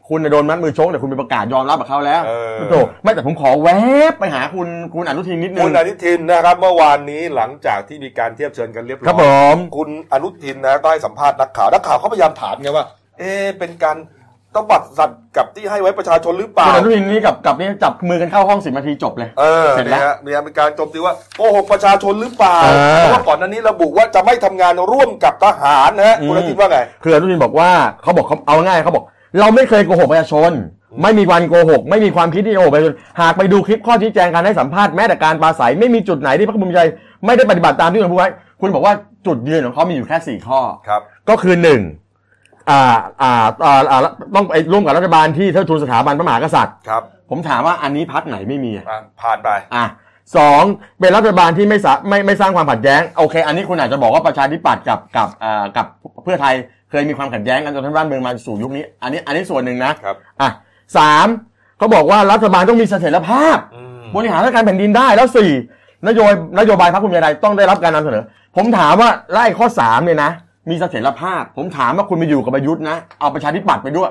[SPEAKER 2] คุณน่ะโดนมัดมือชกแต่คุณไปประกาศยอมรับกับเขาแล้ว
[SPEAKER 1] เออ
[SPEAKER 2] โถไม่แต่ผมขอแวบไปหาคุณคุณอนุทินนิดนึ
[SPEAKER 1] คุณ
[SPEAKER 2] ง
[SPEAKER 1] อนุทินนะครับเมื่อวานนี้หลังจากที่มีการเทียบเชิญกันเรียบร้อย
[SPEAKER 2] ครับผม
[SPEAKER 1] คุณอนุทินนะก็ให้สัมภาษณ์นักข่าวนักข่าวเขาพยายามถามไงว่า เอ๊ะเป็นการตบัดสัตว์กับที่ให้ไว้ประชาชนหรือเปล่า
[SPEAKER 2] คุณอนุทินนี่กับกับนี่จับมือกันเข้าห้องสิบนาทีจบเลย
[SPEAKER 1] เออ
[SPEAKER 2] เสร็จแล้ว
[SPEAKER 1] นี่ฮะมีอเมริการโจมตีว่าโกหกประชาชนหรือเปล่า
[SPEAKER 2] เอ
[SPEAKER 1] เพ
[SPEAKER 2] อ
[SPEAKER 1] ราะว่าก่อนหน้านี้ระบุว่าจะไม่ทำงานร่วมกับทหารนะฮะ
[SPEAKER 2] อืม
[SPEAKER 1] คุณอนุทินว่าไง
[SPEAKER 2] คืออนุทินบอกว่าเขาบอกเขาเอาง่ายเขาบอก เราไม่เคยโกหกประชาชน ไม่มีวันโกหก ไม่มีความคิดที่โกหกประชาชนหากไปดูคลิปข้อชี้แจงการให้สัมภาษณ์แม้แต่การปราศัยไม่มีจุดไหนที่พรรคภูมิใจไม่ได้ปฏิบัติตามที่คุณพูดไว้คุณบอกว่าจุดยืนของเขามีอยู่แค่สี่ข้อ
[SPEAKER 1] ครับ
[SPEAKER 2] ก็คือหนึ่งอ่าอ่าอ่าอ่าต้องไปร่วมกับรัฐบาลที่เทิดทูนสถาบันพระมหากษัตริย์
[SPEAKER 1] ครับ
[SPEAKER 2] ผมถามว่าอันนี้พักไหนไม่มีอ่ะ
[SPEAKER 1] อ่ะผ่านไป
[SPEAKER 2] อ่ะสองเป็นรัฐบาลที่ไม่สะไม่ไม่สร้างความขัดแย้งโอเค อันนี้คุณอาจจะบอกว่าประชาธิปัตย์กับกับอ่ากับเพื่อไทยเคยมีความขัดแย้งกันจนทั้งบ้านเมืองมาสู่ยุคนี้ อันนี้อันนี้ส่วนหนึ่งนะครับ อ่ะสามเขาบอกว่ารัฐบาลต้องมีเสถียรภาพ
[SPEAKER 1] อืม
[SPEAKER 2] บริหารราชการแผ่นดินได้แล้วสี่นโยบายนโยบายพรรคภูมิใจไทยต้องได้รับการนำเสนอ ผมถามว่าไล่ข้อสามเนี่ยนะ มีเสถียรภาพ ผมถามว่าคุณไปอยู่กับประยุทธ์นะ เอาประชาธิปัตย์ไปด้วย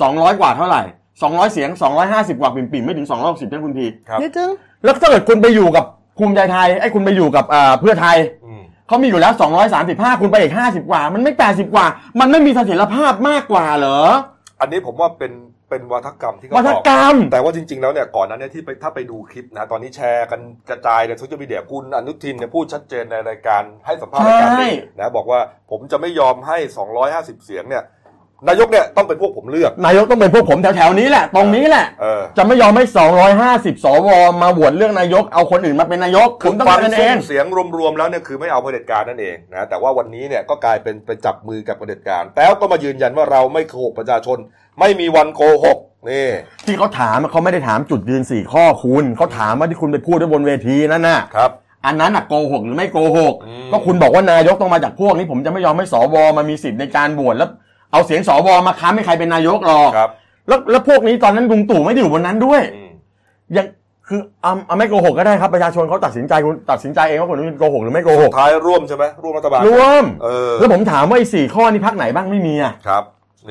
[SPEAKER 2] สองร้อยกว่าเท่าไหร่สองร้อยเสียงสองร้อยห้าสิบกว่าปิ่มปิ่มๆไม่ถึงสองร้อยหกสิบนะคุณพี
[SPEAKER 1] ครับ
[SPEAKER 3] นิดนึง
[SPEAKER 2] แล้วถ้าเกิดคุณไปอยู่กับภูมิใจไทยไอ้คุณไปอยู่กับเอ่อเพื่อไทย
[SPEAKER 1] อืม
[SPEAKER 2] เขามีอยู่แล้ว 235 คุณไปอีก50 กว่า มันไม่80กว่า มันไม่มีเสถียรภาพมากกว่าเหรอ
[SPEAKER 1] อันนี้ผมว่าเป็นเป็นวาทกรรมที่เขา
[SPEAKER 2] วัฒ
[SPEAKER 1] บอก
[SPEAKER 2] กรรม
[SPEAKER 1] [coughs] แต่ว่าจริง ๆ แล้วเนี่ยก่อนหนั้นเนี่ยที่ไปถ้าไปดูคลิปนะตอนนี้แชร์กันกระจายในโซเชียลมีเดียคุณอนุทินเนี่ยพูดชัดเจนในรายการให้สัมภาษณ์รายการนี้
[SPEAKER 2] ใช่
[SPEAKER 1] นะบอกว่าผมจะไม่ยอมให้ 250 เสียงเนี่ยนายกเนี่ยต้องเป็นพวกผมเลือก
[SPEAKER 2] นายกต้องเป็นพวกผมแถวๆนี้แหละตรงนี้แหละ
[SPEAKER 1] เออ
[SPEAKER 2] จะไม่ยอมให้ 250 สว มาโหวตเรื่องนายก เอาคนอื่นมาเป็นนายก ผมต้อง
[SPEAKER 1] ฟัง
[SPEAKER 2] เป็น
[SPEAKER 1] เสี
[SPEAKER 2] เอย
[SPEAKER 1] ง
[SPEAKER 2] ง
[SPEAKER 1] เสียงรวมๆแล้วเนี่ยคือไม่เอาเผด็จการนั่นเองนะแต่ว่าวันนี้เนี่ยก็กลายเป็นไปจับมือกับเผด็จการแล้วก็มายืนยันว่าเราไม่โกหกประชาชน ไม่มีวันโกหกนี่
[SPEAKER 2] ที่เขาถามอะเขาไม่ได้ถามจุดยืน 4 ข้อคุณ เขาถามว่าที่คุณไปพูดด้วยบนเวทีนั่นน่ะ
[SPEAKER 1] ครับ
[SPEAKER 2] อันนั้นน่ะโกหกหรือไม่โกหก
[SPEAKER 1] อืม
[SPEAKER 2] ก็คุณบอกว่านายกต้องมาจากพวกนี้ ผมจะไม่ยอมให้สว มามีสิทธิ์ในการโหวตแล้ว เอาเสียงสว มาค้ำให้ใครเป็นนายกหรอก
[SPEAKER 1] ครับ
[SPEAKER 2] แล้วแล้วพวกนี้ตอนนั้นลุงตู่ไม่ได้อยู่บนนั้นด้วย
[SPEAKER 1] อืม
[SPEAKER 2] ยังคือเอาเอาไม่โกหกก็ได้ครับประชาชนเขาตัดสินใจคุณตัดสินใจเองว่าคุณอนุทินโกหกหรือไม่โกหก
[SPEAKER 1] ท้ายร่วมใช่ไหมร่วมรัฐบาล
[SPEAKER 2] รวม
[SPEAKER 1] เออ
[SPEAKER 2] แล้วผมถามว่าไอ้สี่ข้อนี้พักไหนบ้างไม่มีอ่ะ
[SPEAKER 1] ครับ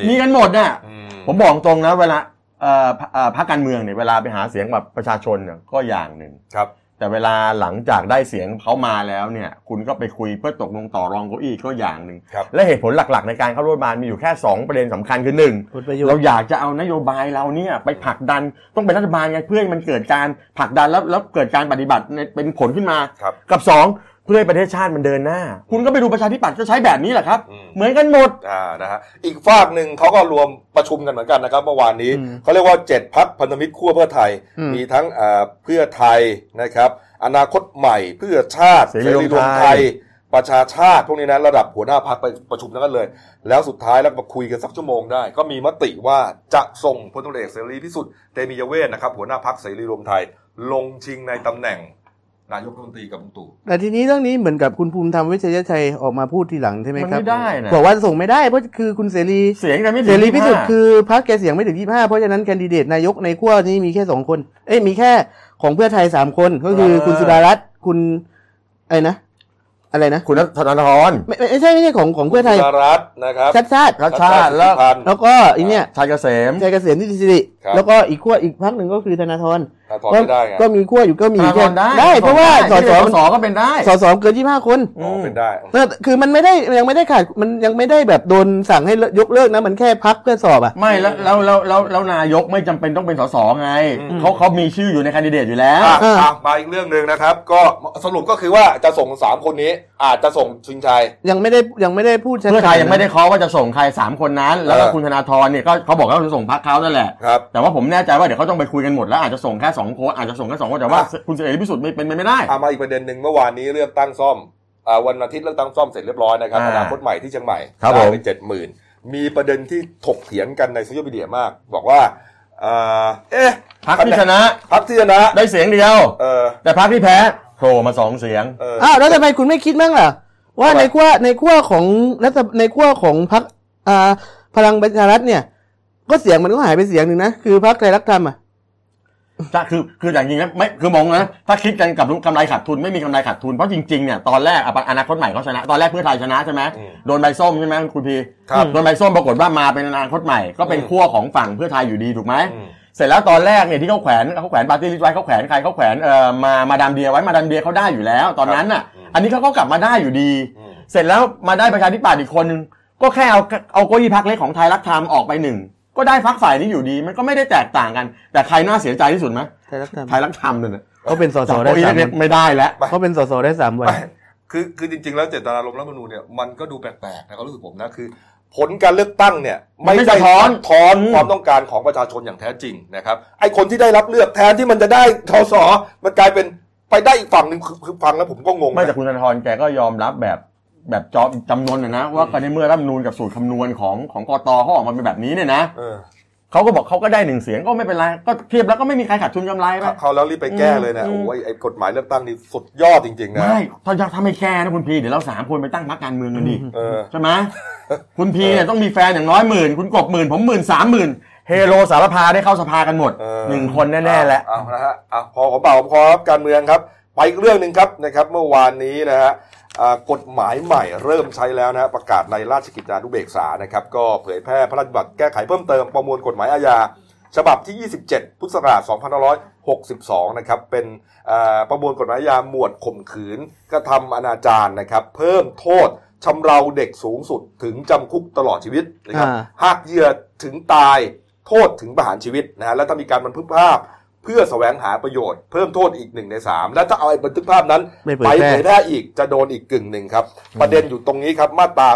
[SPEAKER 2] มีกันหมดน่ะ
[SPEAKER 1] อื
[SPEAKER 2] ผมบอกตรงนะเวลาเอ่อพรรเอ่อพรรคการเมืองเนี่ยเวลาไปหาเสียงแบบประชาชนเนี่ยก็อย่างหนึ่ง
[SPEAKER 1] ครับ
[SPEAKER 2] แต่เวลาหลังจากได้เสียงเขามาแล้วเนี่ย คุณก็ไปคุยเพื่อตกลงต่อรองเก้าอี้ก็อย่างหนึ่ง
[SPEAKER 1] ครับ
[SPEAKER 2] และเหตุผลหลักๆ ในการเข้าร่วมรัฐบาลมีอยู่แค่ 2 ประเด็นสำคัญคือหนึ่ง
[SPEAKER 3] ผลประโยช
[SPEAKER 2] เรา
[SPEAKER 3] น์
[SPEAKER 2] อยากจะเอานโยบายเราเนี่ยไปผลักดันต้องเป็นรัฐบาลไงเพื่อให้มันเกิดการผลักดันแล้วแล้วเกิดการปฏิบัติในเป็นผลขึ้นมา
[SPEAKER 1] ครับ
[SPEAKER 2] กับสองเพื่อให้ประเทศชาติมันเดินหน้า คุณก็ไปดูประชาธิปัตย์ก็ใช้แบบนี้แหละครับ
[SPEAKER 1] อืม
[SPEAKER 2] เหมือนกันหมด
[SPEAKER 1] อ่านะฮะอีกฝากหนึ่งเขาก็รวมประชุมกันเหมือนกันนะครับเมื่อวานนี้เขาเรียกว่าเจ็ดพักพันธมิตรขั้วเพื่อไทย มีทั้งอ่าเพื่อไทยนะครับ อนาคตใหม่เพื่อชาติ
[SPEAKER 2] เสรีรวมไทย
[SPEAKER 1] ประชาชาติ พวกนี้นะระดับหัวหน้าพักไปประชุมกันเลย แล้วสุดท้ายแล้วมาคุยกันสักชั่วโมงได้ ก็มีมติว่าจะส่งพลตำรวจเอกเสรีพิสุทธิ์เตมียเวทนะครับหัวหน้าพักเสรีรวมไทย ลงชิงในตำแหน่ง นายกรัฐมนตรีกับลุงตู่
[SPEAKER 3] แต่ทีนี้เรื่องนี้เหมือนกับคุณภูมิธรรมเวิชยชัยออกมาพูดทีหลังใช่ไหม
[SPEAKER 2] มัน
[SPEAKER 3] ครับ
[SPEAKER 2] ไม่ได้นะ
[SPEAKER 3] บอกว่าส่งไม่ได้เพราะคือคุณเสรี
[SPEAKER 2] เสียงกันไม่ถึง
[SPEAKER 3] เสรีพิสุทธิ์
[SPEAKER 2] 25
[SPEAKER 3] คือพรรคแกเสียงไม่ถึง 25 เพราะฉะนั้นแคนดิเดตนายกในขั้วนี้มีแค่สองคน เอ้ยมีแค่ของเพื่อไทยสามคนก็คือ
[SPEAKER 2] เออ
[SPEAKER 3] คุณสุดารัตน์คุณอะไรนะ อะไรนะ
[SPEAKER 2] คุณธนาธร
[SPEAKER 3] ไม่ไม่ไม่ใช่ไม่ใช่ของของเพื่อไทย
[SPEAKER 1] คุณสุดารัตน์นะครับ
[SPEAKER 3] ชัดชาติ
[SPEAKER 2] รัชชาติแล้ว
[SPEAKER 1] พันธ์
[SPEAKER 3] แล้วก็อีเนี่ย
[SPEAKER 2] ชายเกษม
[SPEAKER 3] ชัยเกษมนิติสิริ
[SPEAKER 1] ครับ
[SPEAKER 3] แล้วก็อีกขั้วอีกพรรคหนึ่งก็คือธนาธร
[SPEAKER 1] แต่ถอนไม่ได้ไง
[SPEAKER 3] ก็มีขั้วอยู่ก็มี
[SPEAKER 2] ธนาธ
[SPEAKER 3] แค่
[SPEAKER 2] รได้
[SPEAKER 3] ได้ เพราะว่า
[SPEAKER 2] ธ
[SPEAKER 3] สอ
[SPEAKER 2] นา
[SPEAKER 3] ส
[SPEAKER 2] ธ
[SPEAKER 3] อ
[SPEAKER 2] รสอก็เป็นได้
[SPEAKER 3] สอสอเกิน 25 คน
[SPEAKER 1] อ๋อเป็นได้
[SPEAKER 3] เออคือมันไม่ได้ยังไม่ได้ขาดมันยังไม่ได้แบบโดนสั่งให้เลิกยกเลิกนะมันแค่พักเพื่อสอบอ่ะ
[SPEAKER 2] ไม่แล้วแล้วแล้วแล้วแล้วนายกไม่จำเป็นต้องเป็นสสไง
[SPEAKER 1] อืม
[SPEAKER 2] เขาเขามีชื่ออยู่ในแคนดิเดตอยู่แล้ว
[SPEAKER 1] อ่ะ
[SPEAKER 3] เอออ่
[SPEAKER 1] ะมาอีกเรื่องหนึ่งนะครับ ก็สรุปก็คือว่าจะส่งสามคนนี้อาจจะส่งชิงชัย
[SPEAKER 3] ยังไม่ได้ยังไม่ได้พูดชัด
[SPEAKER 2] เพื่อไทยยัง
[SPEAKER 3] ขาดนั้น
[SPEAKER 2] ไม่ได้เคาะว่าจะส่งใคร 3 คนนั้น แล้วก็
[SPEAKER 1] เออ
[SPEAKER 2] คุณธนาธรเนี่ยก็เขาบอกว่าจะส่งพรรคเขานั่นแหละ
[SPEAKER 1] ครับ
[SPEAKER 2] แต่ว่าผมแน่ใจว่าเดี๋ยวเขาต้องไปคุยกันหมดแล้วอาจจะส่งแค่สองคนอาจจะส่งแค่สองคนแต่ว่า
[SPEAKER 1] อ่ะ
[SPEAKER 2] คุณเสรีพิสุทธิ์ไม่เป็นไปไม่ได้
[SPEAKER 1] อ่ะมาอีกประเด็นหนึ่งเมื่อวานนี้เลือกตั้งซ่อมอ่าวันอาทิตย์เลือกตั้งซ่อมเสร็จเรียบร้อยนะครับ
[SPEAKER 2] อ่า
[SPEAKER 1] อนาคตใหม่ที่เชียงใหม่
[SPEAKER 2] ครับ
[SPEAKER 1] ได้
[SPEAKER 2] ผม
[SPEAKER 1] ไปเจ็ดหมื่นมีประเด็นที่ถกเถียงกันในโซเชียลมีเดียมาก บอกว่าอ่าเอ๊ะ
[SPEAKER 2] พรรคที่ชนะ
[SPEAKER 1] พักที่ชนะ
[SPEAKER 2] ได้เสียงเดียว
[SPEAKER 1] เออ
[SPEAKER 2] แต่พรรคที่แพ้โผล่มาสองเสียง
[SPEAKER 1] เออ
[SPEAKER 3] อ้าวแล้วทำไมคุณไม่คิดบ้างล่ะ ว่า
[SPEAKER 1] ทำไม
[SPEAKER 3] ในขั้วในขั้วของรัฐในขั้วของพรรคอ่าพลังประชารัฐเนี่ย ก็เสียงมันก็หายไปเสียงหนึ่งนะ คือพรรคไทยรักธรรมอ่ะ
[SPEAKER 2] ถ้าคือคืออย่างจริงนะไม่คือมองนะถ้าคิดกันกับกำไรขาดทุนไม่มีกำไรขาดทุนเพราะจริงๆเนี่ยตอนแรกอ่ะอนาคตใหม่เขาชนะ ตอนแรกเพื่อไทยชนะใช่ไหม
[SPEAKER 1] อืม
[SPEAKER 2] โดนใบส้มใช่ไหมคุณพี
[SPEAKER 1] ครับ
[SPEAKER 2] โดนใบส้มปรากฏว่ามาเป็นอนาคตใหม่ก็เป็น
[SPEAKER 1] อืม
[SPEAKER 2] ขั้วของฝั่งเพื่อไทยอยู่ดีถูกไหม
[SPEAKER 1] อืม
[SPEAKER 2] เสร็จแล้วตอนแรกเนี่ยที่เขาแขวนเขาแขวนปาร์ตี้ลิสต์ไว้เขาแขวนใครเขาแขวนเอ่อมามาดามเดียไว้มาดามเดียเขาได้อยู่แล้วตอนนั้นน่ะ
[SPEAKER 1] ครับ
[SPEAKER 2] อันนี้เขาก็กลับมาได้อยู่ดี
[SPEAKER 1] อืม
[SPEAKER 2] เสร็จแล้วมาได้ประชาธิปัตย์อีกคนนึงก็แค่เอาเอาเก้าอี้พักเล็กของไทยรักธรรมออกไปหนึ่งก็ได้พักฝ่ายนี้อยู่ดี มันก็ไม่ได้แตกต่างกัน แต่ใครน่าเสียใจที่สุดไหม
[SPEAKER 3] ไทยรักธรรม
[SPEAKER 2] ไทยรักธรรมเนี่ยนะ
[SPEAKER 3] เขาเป็นสส
[SPEAKER 2] จับ
[SPEAKER 3] ได้
[SPEAKER 2] เก้าอี้
[SPEAKER 3] สามวั
[SPEAKER 2] เล็
[SPEAKER 3] น
[SPEAKER 2] กๆไม่ได้แล้ว
[SPEAKER 3] เขาเป็นสสได้สามวัน
[SPEAKER 1] ไม่คือคือจริง ๆ แล้วเจตนารมณ์รัฐธรรมนูญเนี่ยมันก็ดูแปลกๆนะเขารู้สึกผมนะคือ ผลการเลือกตั้งเนี่ย
[SPEAKER 2] มันไม่
[SPEAKER 1] ได้
[SPEAKER 2] สะท้อน
[SPEAKER 1] ทอน
[SPEAKER 2] อืม
[SPEAKER 1] ความต้องการของประชาชนอย่างแท้จริงนะครับไอคนที่ได้รับเลือกแทนที่มันจะได้ทสมันกลายเป็นไปได้อีกฝั่งหนึ่งคือคือฟังแล้วผมก็งงนะ
[SPEAKER 2] ไม่แต่คุณธนาธรแกก็ยอมรับแบบแบบจอจำนวนนะนะว่าในเมื่อรัฐธรรมนูญกับสูตรคำนวณของของกตเขาออกมาเป็นแบบนี้เนี่ยนะ
[SPEAKER 1] เออ
[SPEAKER 2] เขาก็บอกเขาก็ได้หนึ่งเสียงก็ไม่เป็นไร ก็เทียบแล้วก็ไม่มีใครขาดทุนกำไรไป
[SPEAKER 1] เขาแล้วรีบไปแก้เลยนะ
[SPEAKER 2] อืม
[SPEAKER 1] โอ้ยไอ้กฎหมายเลือกตั้งนี่สุดยอดจริง ๆ นะ
[SPEAKER 2] ไม่ถ้าอยากทำให้แกนะคุณพีเดี๋ยวเราสามคนไปตั้งพรรคการเมืองกันดี
[SPEAKER 1] เออ
[SPEAKER 2] ใช่ไหมคุณพีเนี่ยต้องมีแฟนอย่างน้อยหมื่นคุณกบหมื่นผมหมื่นสามหมื่นเฮโลสารพาได้เข้าสภากันหมด
[SPEAKER 1] เออ
[SPEAKER 2] หนึ่งคนแน่ๆแหละ
[SPEAKER 1] เอาเอานะฮะเอาพอของเปล่าของคอครับการเมืองครับ ไปอีกเรื่องหนึ่งครับนะครับ เมื่อวานนี้นะฮะอ่ากฎหมายใหม่เริ่มใช้แล้วนะฮะประกาศในราชกิจจานุเบกษานะครับ ก็เผยแพร่พระราชบัญญัติแก้ไขเพิ่มเติมประมวลกฎหมายอาญา ฉบับที่ 27 พุทธศักราช 2562 นะครับ เป็นอ่าประมวลกฎหมายอาญาหมวดข่มขืนกระทำอนาจารนะครับ เพิ่มโทษชำเราเด็กสูงสุดถึงจำคุกตลอดชีวิตนะครับ
[SPEAKER 3] อ่า
[SPEAKER 1] หากเหยื่อถึงตายโทษถึงประหารชีวิตนะฮะและถ้ามีการบันทึกภาพ เพื่อแสวงหาประโยชน์เพิ่มโทษอีกหนึ่งในสามและถ้าเอาไอ้บันทึกภาพนั้น
[SPEAKER 3] ไปเผยแพร่
[SPEAKER 1] เผยแพร่อีกจะโดนอีกกึ่งหนึ่งครับ ประเด็นอยู่ตรงนี้ครับมาตรา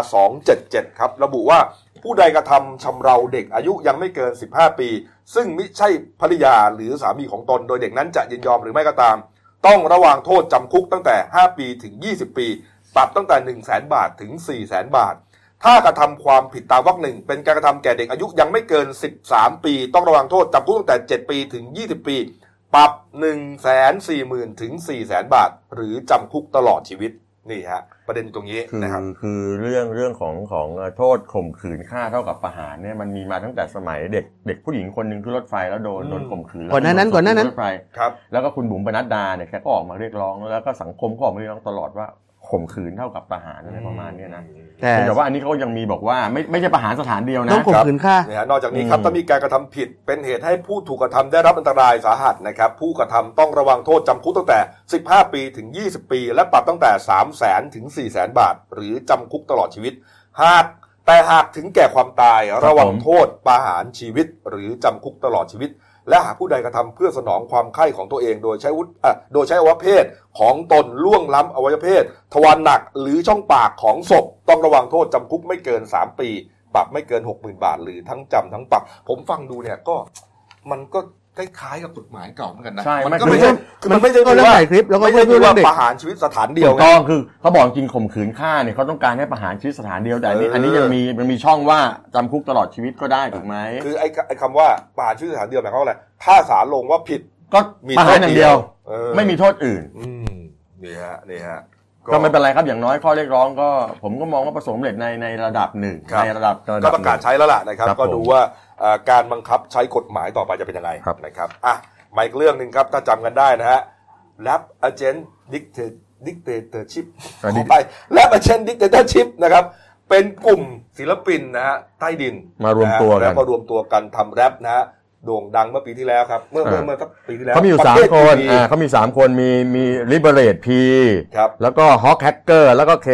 [SPEAKER 1] 277 ครับ ระบุว่าผู้ใดกระทำชำเราเด็กอายุยังไม่เกิน 15 ปี ซึ่งมิใช่ภริยาหรือสามีของตนโดยเด็กนั้นจะยินยอมหรือไม่ก็ตาม ต้องระวางโทษจำคุกตั้งแต่ 5 ปีถึง 20 ปี ปรับตั้งแต่ 1 0 0 0 0แบาทถึง 4 0 0 0 0 0 บาท ถ้ากระทำความผิดตามวรรคหนึ่งเป็นการกระทำแก่เด็กอายุยังไม่เกิน 13 ปี ต้องระวังโทษจำคุกตั้งแต่ 7 ปีถึง 20 ปี ปรับ 1 4 0 0 0 0ถึง4 0 0 0 0 บาท หรือจำคุกตลอดชีวิตนี่ฮะประเด็นตรงนี้
[SPEAKER 2] คือ
[SPEAKER 1] นะครับ
[SPEAKER 2] คือเรื่องเรื่องของของเอ่อโทษข่มขืนฆ่าเท่ากับประหารเนี่ยมันมีมาตั้งแต่สมัยเด็กเด็กผู้หญิงคนหนึ่งขึ้นรถไฟแล้วโดน
[SPEAKER 1] อืม
[SPEAKER 2] โดนข่มขืน
[SPEAKER 3] ก่อนหน้านั้น
[SPEAKER 2] แล้ว
[SPEAKER 3] ก่อนหน้านั้น
[SPEAKER 2] ขึ้รถไฟ
[SPEAKER 1] ครับ
[SPEAKER 2] แล้วก็คุณบุ๋มปนัดดาเนี่ยแกก็ออกมาเรียกร้องแล้วก็สังคมก็ออกมาเรียกร้องตลอดว่าข่มขืนเท่ากับประหารอะไรประมาณเนี้ยนะ
[SPEAKER 3] แต่
[SPEAKER 2] แต่ว่าอันนี้เขายังมีบอกว่าไม่ไม่ใช่ประหารสถานเดียวนะ
[SPEAKER 3] ต้องข่มขืนฆ่า
[SPEAKER 1] นะฮะนอกจากนี้ครับ
[SPEAKER 2] อืม
[SPEAKER 1] ถ้ามีการกระทำผิดเป็นเหตุให้ผู้ถูกกระทำได้รับอันตรายสาหัสนะครับ ผู้กระทำต้องระวังโทษจำคุกตั้งแต่ 15 ปีถึง 20 ปี และปรับตั้งแต่ 3 0 0 0 0 0ถึง 4 0 0 0 0 บาท หรือจำคุกตลอดชีวิต หาก แต่หากถึงแก่ความตายระวังโทษประหารชีวิต หรือจำคุกตลอดชีวิต และหากผู้ใดกระทำเพื่อสนองความใคร่ของตัวเอง โดยใช้วุธอ่ะโดยใช้อวัยวะเพศของตนล่วงล้ำอวัยวะเพศ ทวารหนักหรือช่องปากของศพ ต้องระวังโทษจำคุกไม่เกิน 3 ปี ปรับไม่เกิน 60,000 บาท หรือทั้งจำทั้งปรับ ผมฟังดูเนี่ยก็มันก็คล้ายๆกับกฎหมายเก่าเหมือนกันนะ
[SPEAKER 2] ใช่
[SPEAKER 1] มั
[SPEAKER 2] มัน
[SPEAKER 1] ก็ไม่ใช่คือมันไม่ใช่
[SPEAKER 3] ก็เรื่อง
[SPEAKER 1] ว่า
[SPEAKER 3] ถ่ายคลิปแล้วก็
[SPEAKER 1] ไม่
[SPEAKER 3] เรื่
[SPEAKER 1] ใช่
[SPEAKER 3] องเรื่
[SPEAKER 1] ว่า
[SPEAKER 3] องเด็ก
[SPEAKER 1] ประหารชีวิตสถานเดีย
[SPEAKER 2] ถู
[SPEAKER 1] ว
[SPEAKER 2] ก
[SPEAKER 1] ไง
[SPEAKER 2] ต้องคือเขาบอกจริงข่มขืนฆ่าเนี่ยเขาต้องการให้ประหารชีวิตสถานเดียวแต่อัน
[SPEAKER 1] เออ
[SPEAKER 2] นี้
[SPEAKER 1] อั
[SPEAKER 2] อันนี้ยังมียังมีช่องว่าจำคุกตลอดชีวิตก็ได้ถูกไหม
[SPEAKER 1] คือไอ้ไอ้คำว่าประหารชีวิตสถานเดียวหมายความว่าอะไรถ้าศาลลงว่าผิด
[SPEAKER 2] ก็
[SPEAKER 1] มี
[SPEAKER 2] ประหารอย่างเดียว
[SPEAKER 1] เออ
[SPEAKER 2] ไม่มีโทษอื่น
[SPEAKER 1] อืมนี่ฮะนี่ฮะ
[SPEAKER 2] ก็ไม่เป็นไรครับอย่างน้อยข้อเรียกร้องก็ ผมก็มองว่าประสบความสำเร็จในในระดับหนึ่ง
[SPEAKER 1] ครับ
[SPEAKER 2] ในระดับดับ
[SPEAKER 1] ก็ประกาศ
[SPEAKER 2] หนึ่ง
[SPEAKER 1] ใช้แล้วล่ะนะครับ
[SPEAKER 2] ครับ
[SPEAKER 1] ก็ดูว่าเอ่อการบังคับใช้กฎหมายต่อไปจะเป็นยังไง
[SPEAKER 2] ครับ
[SPEAKER 1] นะครับอ่ะมาอีกเรื่องหนึ่งครับ ถ้าจำกันได้นะฮะ lab agent dictatorship ขอไป lab agent dictatorship นะครับ เป็นกลุ่มศิลปินนะฮะใต้ดิน
[SPEAKER 2] มารวมตัวกั
[SPEAKER 1] ะ
[SPEAKER 2] น
[SPEAKER 1] ฮะแล้วก็รวมตัวกันทำแรปนะฮะโด่งดังเมื่อปีที่แล้วครับ เมื่อเมื่อเมื่อสักปีที่แล้ว
[SPEAKER 2] เขามีอยู่
[SPEAKER 1] ประ
[SPEAKER 2] สาม
[SPEAKER 1] เทศ
[SPEAKER 2] คน
[SPEAKER 1] จี
[SPEAKER 2] อ่าเขามีสามคนมีมี Liberate P
[SPEAKER 1] ครับ
[SPEAKER 2] แล้วก็ Hawk Hacker แล้วก็ K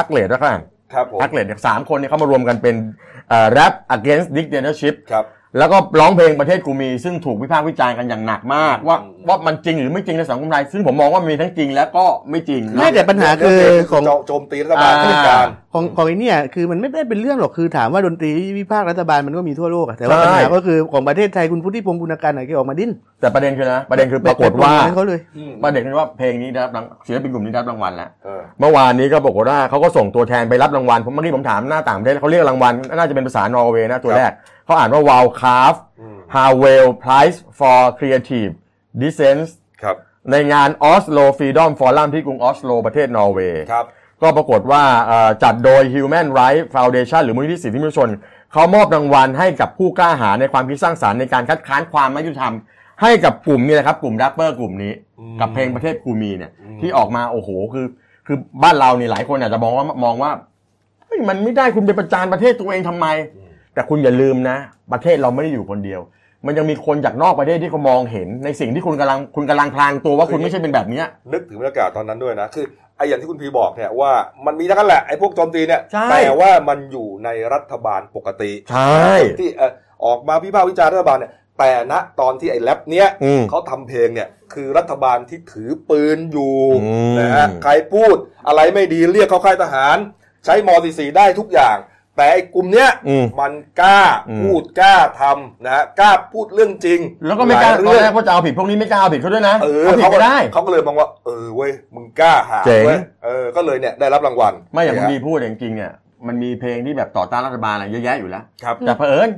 [SPEAKER 2] a c k l e t นะครับ
[SPEAKER 1] ครับผม
[SPEAKER 2] อักเลตสามคนเนี่ยเขามารวมกันเป็นเอ่อ Rap Against Dictatorship
[SPEAKER 1] ครับ
[SPEAKER 2] แล้วก็ร้องเพลงประเทศกูมี ซึ่งถูกวิพากษ์วิจารณ์กันอย่างหนักมาก ว่า
[SPEAKER 1] อืม
[SPEAKER 2] ว่ามันจริงหรือไม่จริงในสังคมไทยซึ่งผมมองว่ามีทั้งจริงและก็ไม่จริงนะ
[SPEAKER 3] ไม่แต่ปัญหาคือของ
[SPEAKER 1] โจมตีรัฐบาลข้าราชการ
[SPEAKER 3] ของของไอ้เนี่ยคือมันไม่ได้เป็นเรื่องหรอกคือถามว่าดนตรีวิพากษ์รัฐบาลมันก็มีทั่วโลกอะแต่ว่า
[SPEAKER 2] ใช่
[SPEAKER 3] ปัญหาก็คือของประเทศไทยคุณพุทธิพงศ์ปุณการไหนแกออกมาดิ้น
[SPEAKER 2] แต่ประเด็นคือนะประเด็นคือปรากฏว่า
[SPEAKER 3] ไปปลดให้เขาเลย
[SPEAKER 2] ประเด็นคือว่าเพลงนี้ได้รับรางศิลปินกลุ่มนี้ได้รับรางวัลแล้ว
[SPEAKER 1] เออ
[SPEAKER 2] เมื่อวานนี้ก็บอกฏว่าเขาก็ส่งตัวแทนไปรับรางวัลผมเมื่อกี้ผมถามหน้าต่างประเทศเขาเรียกรางวัลน่าจะเป็นภาษานอร์เวย์นะตัวแรกเขาอ่านว่าวาลคาร์ฟ
[SPEAKER 1] อืม
[SPEAKER 2] ฮาเวลไพรส์ for creative dissents
[SPEAKER 1] ครับ
[SPEAKER 2] ในงานออสโลฟรีดอมฟอรัมที่กรุงออสโลประเทศนอร์เวย์
[SPEAKER 1] ครับ
[SPEAKER 2] ก็ปรากฏว่าเอ่อจัดโดย Human Rights Foundation หรือมูลนิธิสิทธิมนุษยชนเขามอบรางวัลให้กับผู้กล้าหาญในความคิดสร้างสารรค์ในการคัดค้านความไม่ยุติธรรม ให้กับกลุ่มนี่แหละครับกลุ่มแรปเปอร์กลุ่มนี้
[SPEAKER 1] อืม
[SPEAKER 2] กับเพลงประเทศกูมีเนี่ย
[SPEAKER 1] อืม
[SPEAKER 2] ที่ออกมาโอ้โหคือ คือบ้านเราเนี่ยหลายคนอาจจะมองว่ามองว่าเฮ้ยมันไม่ได้คุณไปประจานประเทศตัวเองทำไม แต่คุณอย่าลืมนะ ประเทศเราไม่ได้อยู่คนเดียว มันยังมีคนจากนอกประเทศที่เขามองเห็น ในสิ่งที่คุณกำลังคุณกำลังพลางตัวว่าคุณไม่ใช่เป็นแบบเนี้ย
[SPEAKER 1] นึกถึงบรรยากาศตอนนั้นด้วยนะคือไอ้อย่างที่คุณพีบอกเนี่ยว่ามันมีทั้งนั้นแหละไอ้พวกโจมตีเนี่ย
[SPEAKER 2] ใช่
[SPEAKER 1] แต่ว่ามันอยู่ในรัฐบาลปกติ
[SPEAKER 2] ใช่
[SPEAKER 1] ที่เอ่อออกมาพิพากษ์วิจารณ์รัฐบาลเนี่ยแต่ณตอนที่ไอ้แรปเนี้ย
[SPEAKER 2] อืม
[SPEAKER 1] เขาทำเพลงเนี่ยคือรัฐบาลที่ถือปืนอยู่
[SPEAKER 2] อืม
[SPEAKER 1] นะฮะใครพูดอะไรไม่ดีเรียกเข้าค่ายทหาร ใช้ม .44 ได้ทุกอย่าง แต่ไอ้กลุ่มเนี้ย
[SPEAKER 2] อืม
[SPEAKER 1] มันกล้า
[SPEAKER 2] อืม
[SPEAKER 1] พูดกล้าทำนะฮะกล้าพูดเรื่องจริง
[SPEAKER 2] แล้วก็ไม่กล้า
[SPEAKER 1] หย
[SPEAKER 2] ตอน
[SPEAKER 1] เรื่
[SPEAKER 2] แรกว่าจะเอาผิดพวกนี้ไม่กล้าเอาผิดเขาด้วยนะ
[SPEAKER 1] เออ
[SPEAKER 2] เอาผิด
[SPEAKER 1] เขาก็
[SPEAKER 2] ก็ได้
[SPEAKER 1] เขาก็เลยมองว่า เออเว้ยมึงกล้าหาญ
[SPEAKER 2] เจ๋ง
[SPEAKER 1] เว้ยเออก็เลยเนี่ยได้รับรางวัล
[SPEAKER 2] ไม่อย่างคุณ
[SPEAKER 1] เนี่
[SPEAKER 2] ดี
[SPEAKER 1] ย
[SPEAKER 2] พูดอย่างจริงเนี่ยมันมีเพลงที่แบบต่อต้านรัฐบาลอะไรเยอะแยะอยู่แล้ว
[SPEAKER 1] ครับ
[SPEAKER 2] แต่เผอิญ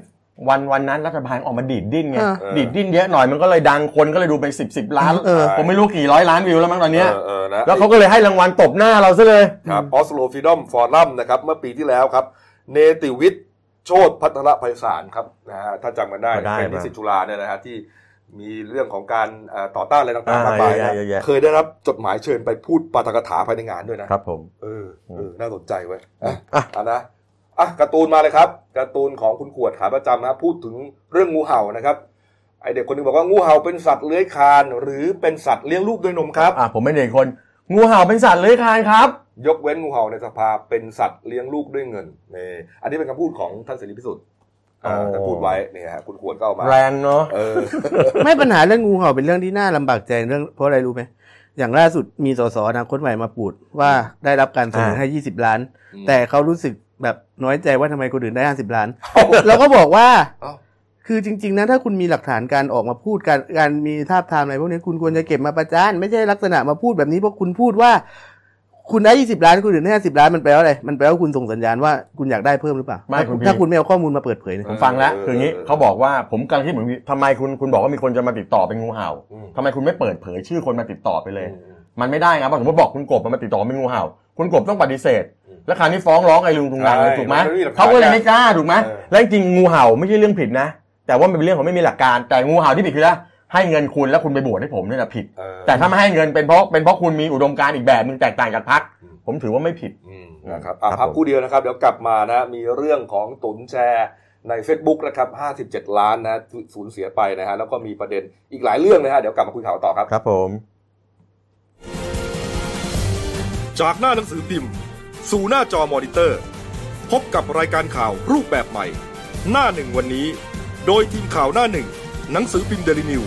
[SPEAKER 2] วันวันนั้นรัฐบาลออกมาดีดดิ้นไง
[SPEAKER 3] เออ
[SPEAKER 2] ดีดดิ้นเยอะหน่อยมันก็เลยดังคนก็เลยดูเป็นสิบสิบล้าน
[SPEAKER 3] เออ
[SPEAKER 2] ผมไม่รู้กี่ร้อยล้านวิวแล้วมั้งตอนเนี้ย
[SPEAKER 1] เออเออนะ
[SPEAKER 2] แล้วเขาก็เลยให้รางวัลตบหน้าเราซะเลย
[SPEAKER 1] ครับออสโลฟ e ดอมฟอรัมนะครับเมื่อปีที่แล้วครับ เนติวิทย์โชตพัทรไพศาลครับนะฮะถ้าจำกันได้
[SPEAKER 2] ก็ได้
[SPEAKER 1] เป็นนิสิตจุฬาเนี่ยนะฮะที่มีเรื่องของการเอ่อต่อต้านอะไรต่างๆ
[SPEAKER 2] อ่าม
[SPEAKER 1] ากมายนะ
[SPEAKER 2] เยอะแยะ
[SPEAKER 1] เคยได้รับจดหมายเชิญไปพูดปาฐกถาภายในงานด้วยนะครับ
[SPEAKER 2] ผม
[SPEAKER 1] เออเออน่าสนใจเว้ยอ่ะ
[SPEAKER 2] อ่ะ
[SPEAKER 1] อ่ะนะอ่ะการ์ตูนมาเลยครับการ์ตูนของคุณขวดขาประจำนะพูดถึงเรื่องงูเห่านะครับไอเด็กคนหนึงบอกว่างูเห่าเป็นสัตว์เลื้อยคลาน หรือเป็นสัตว์เลี้ยงลูกด้วยนมครับ
[SPEAKER 2] อ่ะผมไม่เด็กคนงูเห่าเป็นสัตว์เลื้อยคลานครับ
[SPEAKER 1] ยกเว้นงูเห่าในสภาเป็นสัตว์เลี้ยงลูกด้วยเงินนี่อันนี้เป็นคำพูดของท่านเสรีพิสุทธิ์อ่า
[SPEAKER 2] โอ้
[SPEAKER 1] ท่านพูดไว้นี่ฮะคุณควรก็เอามา
[SPEAKER 2] แรงเนาะ
[SPEAKER 1] เออ
[SPEAKER 3] ไม่ปัญหาเรื่องงูเห่าเป็นเรื่องที่น่าลำบากใจเรื่องเพราะอะไรรู้ไหมอย่างล่าสุดมีสสอนาคตใหม่มาปูดว่าได้รับการเสนอ
[SPEAKER 2] อ่า
[SPEAKER 3] ให้ 20 ล้าน
[SPEAKER 1] อืม
[SPEAKER 3] แต่เขารู้สึกแบบน้อยใจว่าทำไมคนอื่นได้ 50
[SPEAKER 2] [laughs]
[SPEAKER 3] ล้าน เราก็บอกว่า
[SPEAKER 1] เอ้า
[SPEAKER 3] คือจริง ๆ นะ ถ้าคุณมีหลักฐานการออกมาพูดการการมีท่าบทามอะไรพวกนี้คุณควรจะเก็บมาประจานไม่ใช่ลักษณะมาพูดแบบนี้เพราะคุณพูดว่า คุณได้ 20 ล้านคนอื่นได้50ล้านมันแปลว่าอะไรมันแปลว่าคุณส่งสัญญาณว่าคุณอยากได้เพิ่มหรือเปล่า
[SPEAKER 2] ไม่คุณพี่
[SPEAKER 3] ถ้าคุณไม่เอาข้อมูลมาเปิดเผยเนี่ย
[SPEAKER 2] ผมฟังแล้ว
[SPEAKER 1] เออ
[SPEAKER 2] คืออย่างนี้
[SPEAKER 1] เออ
[SPEAKER 2] เขาบอกว่าผมกำลังคิดเหมือนพี่ทำไมคุณคุณบอกว่ามีคนจะมาติดต่อเป็นงูเห่า
[SPEAKER 1] อืม
[SPEAKER 2] ทำไมคุณไม่เปิดเผยชื่อคนมาติดต่อไปเลย
[SPEAKER 1] อืม
[SPEAKER 2] มันไม่ได้ไงเพราะสมมติบอกคุณกบมันมาติดต่อเป็นงูเห่า คุณกบต้องปฏิเสธ
[SPEAKER 1] อืม
[SPEAKER 2] แล้วคราวนี้ฟ้องร้องไอ้ลุงทุงรังเลย
[SPEAKER 1] ใช่
[SPEAKER 2] ถูกไหม
[SPEAKER 1] มันไม่มีหลักฐาน
[SPEAKER 2] เขาก็เลยไม่กล้าถูกไหม
[SPEAKER 1] เออ
[SPEAKER 2] และจริงๆงูเห่าไม่ใช่เรื่องผิดนะ แต่ว่ามันเป็นเรื่องของไม่มีหลักการแต่งูเห่าที่ผิดคือนะให้เงินคุณแล้วคุณไปบวชให้ผมเนี่ยนะผิด
[SPEAKER 1] เออ
[SPEAKER 2] แต่ถ้าไม่ให้เงินเป็นเพราะเป็นเพราะคุณมีอุดมการณ์อีกแบบหนึงแตกต่างจากพรรคผมถือว่าไม่ผิด
[SPEAKER 1] อืมนะครับอ่ะ
[SPEAKER 2] ครับ
[SPEAKER 1] พัก
[SPEAKER 2] ผม
[SPEAKER 1] ครู่เดียวนะครับ เดี๋ยวกลับมานะมีเรื่องของตุนแชร์ใน Facebook นะครับ57 ล้านนะสูญเสียไปนะฮะแล้วก็มีประเด็นอีกหลายเรื่องนะฮะเดี๋ยวกลับมาคุยข่าวต่อครับ
[SPEAKER 2] ครับผม
[SPEAKER 1] จากหน้าหนังสือพิมพ์ สู่หน้าจอมอนิเตอร์ พบกับรายการข่าวรูปแบบใหม่ หน้าหนึ่งวันนี้ โดยทีมข่าวหน้าหนึ่ง หนังสือพิมพ์เดลิวิว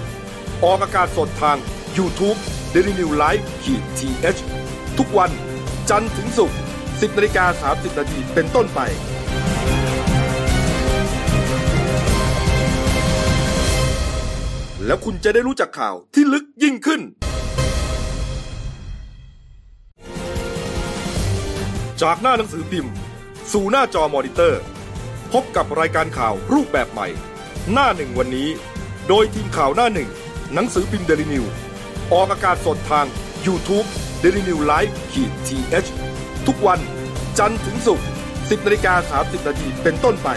[SPEAKER 1] ออกอากาศสดทาง y o u t u เด d ิวิวไลฟ์ขีดทีเทุกวันจันทร์ถึงศุกร์10นาฬิกา30นาทีเป็นต้นไป แล้วคุณจะได้รู้จักข่าวที่ลึกยิ่งขึ้น จากหน้าหนังสือพิมพ์ สู่หน้าจอมอนิเตอร์ พบกับรายการข่าวรูปแบบใหม่ หน้าหนึ่งวันนี้ โดยทีมข่าวหน้าหนึ่ง หนังสือพิมพ์เดลิวิวออกอากาศสดทาง y o u t u เด d ิวิวไลฟ์ขีดทีเทุกวันจันทร์ถึงศุกร์10นาฬิกา30นาทีเป็นต้นไป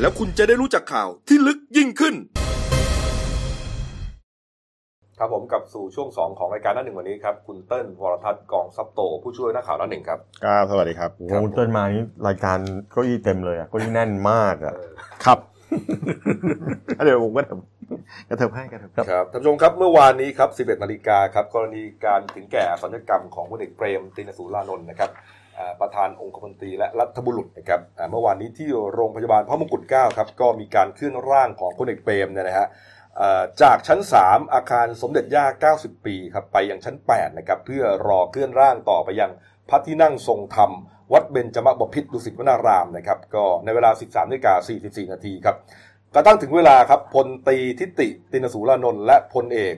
[SPEAKER 1] แล้วคุณจะได้รู้จักข่าวที่ลึกยิ่งขึ้น ครับผมกลับสู่ช่วง 2 ของรายการหน้าหนึ่งวันนี้ครับ คุณเติ้ลวรทัศน์กองซับโต ผู้ช่วยนักข่าวหน้าหนึ่งครับ
[SPEAKER 4] ครับสวัสดีครับ
[SPEAKER 2] โอ้โหคุณเติ้ลมานี่รายการเก้าอี้เต็มเลยอะเก้าอี้แน่นมากอะ
[SPEAKER 4] ครับ เดี๋ยวผมก็ทำกระเทิบให้กระเทิบ
[SPEAKER 1] ครับท่านผู้ชมครับเมื่อวานนี้ครับ 11 นาฬิกาครับกรณีการถึงแก่สัญญกรรมของพลเอกเปรมตินสูรานนท์นะครับอ่าประธานองคมนตรีและรัฐบุรุษนะครับอ่าเมื่อวานนี้ที่โรงพยาบาลพระมงกุฎเกล้าครับก็มีการเคลื่อนร่างของพลเอกเปรมเนี่ยนะฮะอ่าจากชั้น 3 อาคารสมเด็จย่า 90 ปีครับไปยังชั้น 8 นะครับเพื่อรอเคลื่อนร่างต่อไปยังพระที่นั่งทรงธรรม วัดเบญจมบพิตรดุสิตวนารามนะครับก็ในเวลา 13นาฬิกา44นาทีครับ กระทั่งถึงเวลาครับพลตรีทิติตินสูรานนท์และพลเอก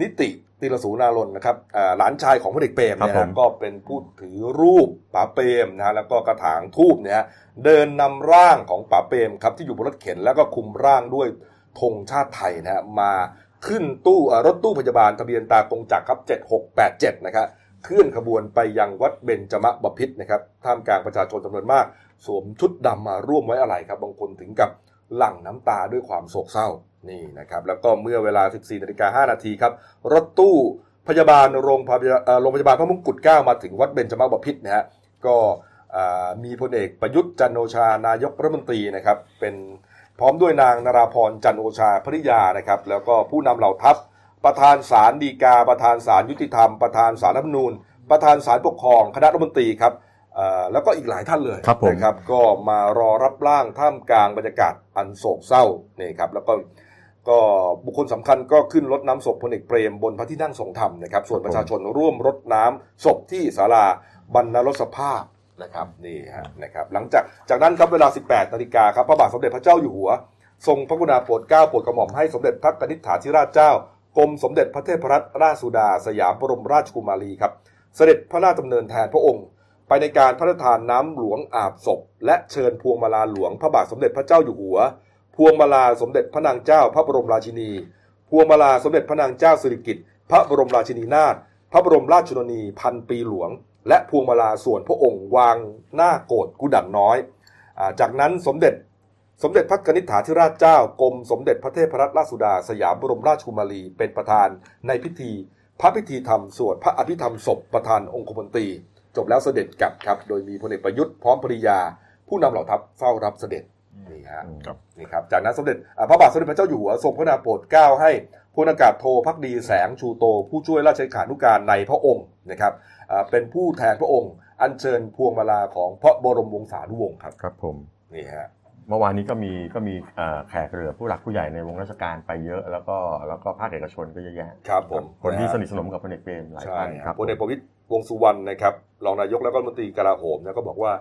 [SPEAKER 1] นิติตินสูรานนท์นะครับอ่าหลานชายของพลเอกเปรมเนี่ย
[SPEAKER 2] ครับผ
[SPEAKER 1] นะ
[SPEAKER 2] ม
[SPEAKER 1] ก็เป็นผู้ถือรูปป๋าเปรมนะฮะแล้วก็กระถางทูบเนี่ยฮะเดินนำร่างของป๋าเปรมครับที่อยู่บนรถเข็นแล้วก็คุมร่างด้วยธงชาติไทยนะฮะมาขึ้นตู้เอ่อรถตู้พยาบาลทะเบียนตาตรงจักรครับ7687นะครับ เคลื่อนขบวนไปยังวัดเบญจมบพิตรนะครับท่ามกลางประชาชนจำนวนมาก สวมชุดดำมาร่วมไว้อะไรครับ บางคนถึงกับหลั่งน้ำตาด้วยความโศกเศร้านี่นะครับ แล้วก็เมื่อเวลา 14นาฬิกา5นาทีครับ รถตู้พยาบาลโรงพยาบาลเอ่อโรงพยาบาลพระมงกุฎเกล้ามาถึงวัดเบญจมบพิตรนะฮะก็อ่ามีพลเอกประยุทธ์จันทร์โอชานายกรัฐมนตรีนะครับเป็นพร้อมด้วยนางนราพรจันทร์โอชาภริยานะครับ แล้วก็ผู้นำเหล่าทัพ ประธานศาลฎีกา ประธานศาลยุติธรรม ประธานศาลรัฐธรรมนูญ ประธานศาลปกครอง คณะรัฐมนตรีครับเอ่อแล้วก็อีกหลายท่านเลย
[SPEAKER 2] ครับผม
[SPEAKER 1] นะครับ ก็มารอรับร่างท่ามกลางบรรยากาศอันโศกเศร้านี่ครับ แล้วก็ก็บุคคลสำคัญก็ขึ้นรถน้ำศพพลเอกเปรมบนพระที่นั่งทรงธรรมนะครับ ส่วนประชาชนร่วมรดน้ำศพที่ศาลาบรรณรสภาพนะครับนี่ฮะนะครับ หลังจากจากนั้นครับเวลา 18นาฬิกาครับพระบาทสมเด็จพระเจ้าอยู่หัว ทรงพระกรุณาโปรดเกล้าโปรดกระหม่อมให้สมเด็จพระกนิษฐาธิราชเจ้ากรมสมเด็จพระเทพรัตนราชสุดา สยามบรมราชกุมารีครับ เสด็จพระราชดำเนินแทนพระองค์ ไปในการพระราชทานน้ำหลวงอาบศพ และเชิญพวงมาลาหลวงพระบาทสมเด็จพระเจ้าอยู่หัว พวงมาลาสมเด็จพระนางเจ้าพระบรมราชินี พวงมาลาสมเด็จพระนางเจ้าสิริกิติ์พระบรมราชินีนาถพระบรมราชชนนีพันปีหลวง และพวงมาลาส่วนพระองค์วางหน้าโกรธกุดันน้อยอาจากนั้นสมเด็จ สมเด็จพระกนิษฐาธิราชเจ้ากรมสมเด็จพระเทพรัตนราชสุดา สยามบรมราชกุมารีเป็นประธานในพิธี พระพิธีธรรมสวดพระอภิธรรมศพประธานองคมนตรี จบแล้วเสด็จกลับครับ โดยมีพลเอกประยุทธ์พร้อมภริยา ผู้นำเหล่าทัพเฝ้ารับเสด็จนี่ฮะ
[SPEAKER 2] ครับ
[SPEAKER 1] นี่ครับจากนั้นสมเด็จอ่าพระบาทสมเด็จพระเจ้าอยู่หัวทรงพระนาโปรดเกล้าให้พลอากาศโทพักดีแสงชูโต ผู้ช่วยราชเลขานุการในพระองค์นะครับอ่าเป็นผู้แทนพระองค์ อัญเชิญพวงมาลาของพระบรมวงศานุวงศ์ครับ
[SPEAKER 2] ครับผม
[SPEAKER 1] นี่ฮะ
[SPEAKER 2] เมื่อวานนี้ก็มีก็มีเอ่อแขกเรือผู้หลักผู้ใหญ่ในวงราชการไปเยอะแล้วก็แล้วก็ภาคเอกชนก็เยอะแยะ
[SPEAKER 1] ครับผม
[SPEAKER 2] คนที่สนิทสนมกับพลเอกเปรมหลาย
[SPEAKER 1] ใช่
[SPEAKER 2] ท่าน
[SPEAKER 1] ครั
[SPEAKER 2] ครั
[SPEAKER 1] บบ พลเอกประวิตยวงษ์สุวรรณนะครับรองนายกและก็รัฐมนตรีกลาโหมนะก็บอกว่า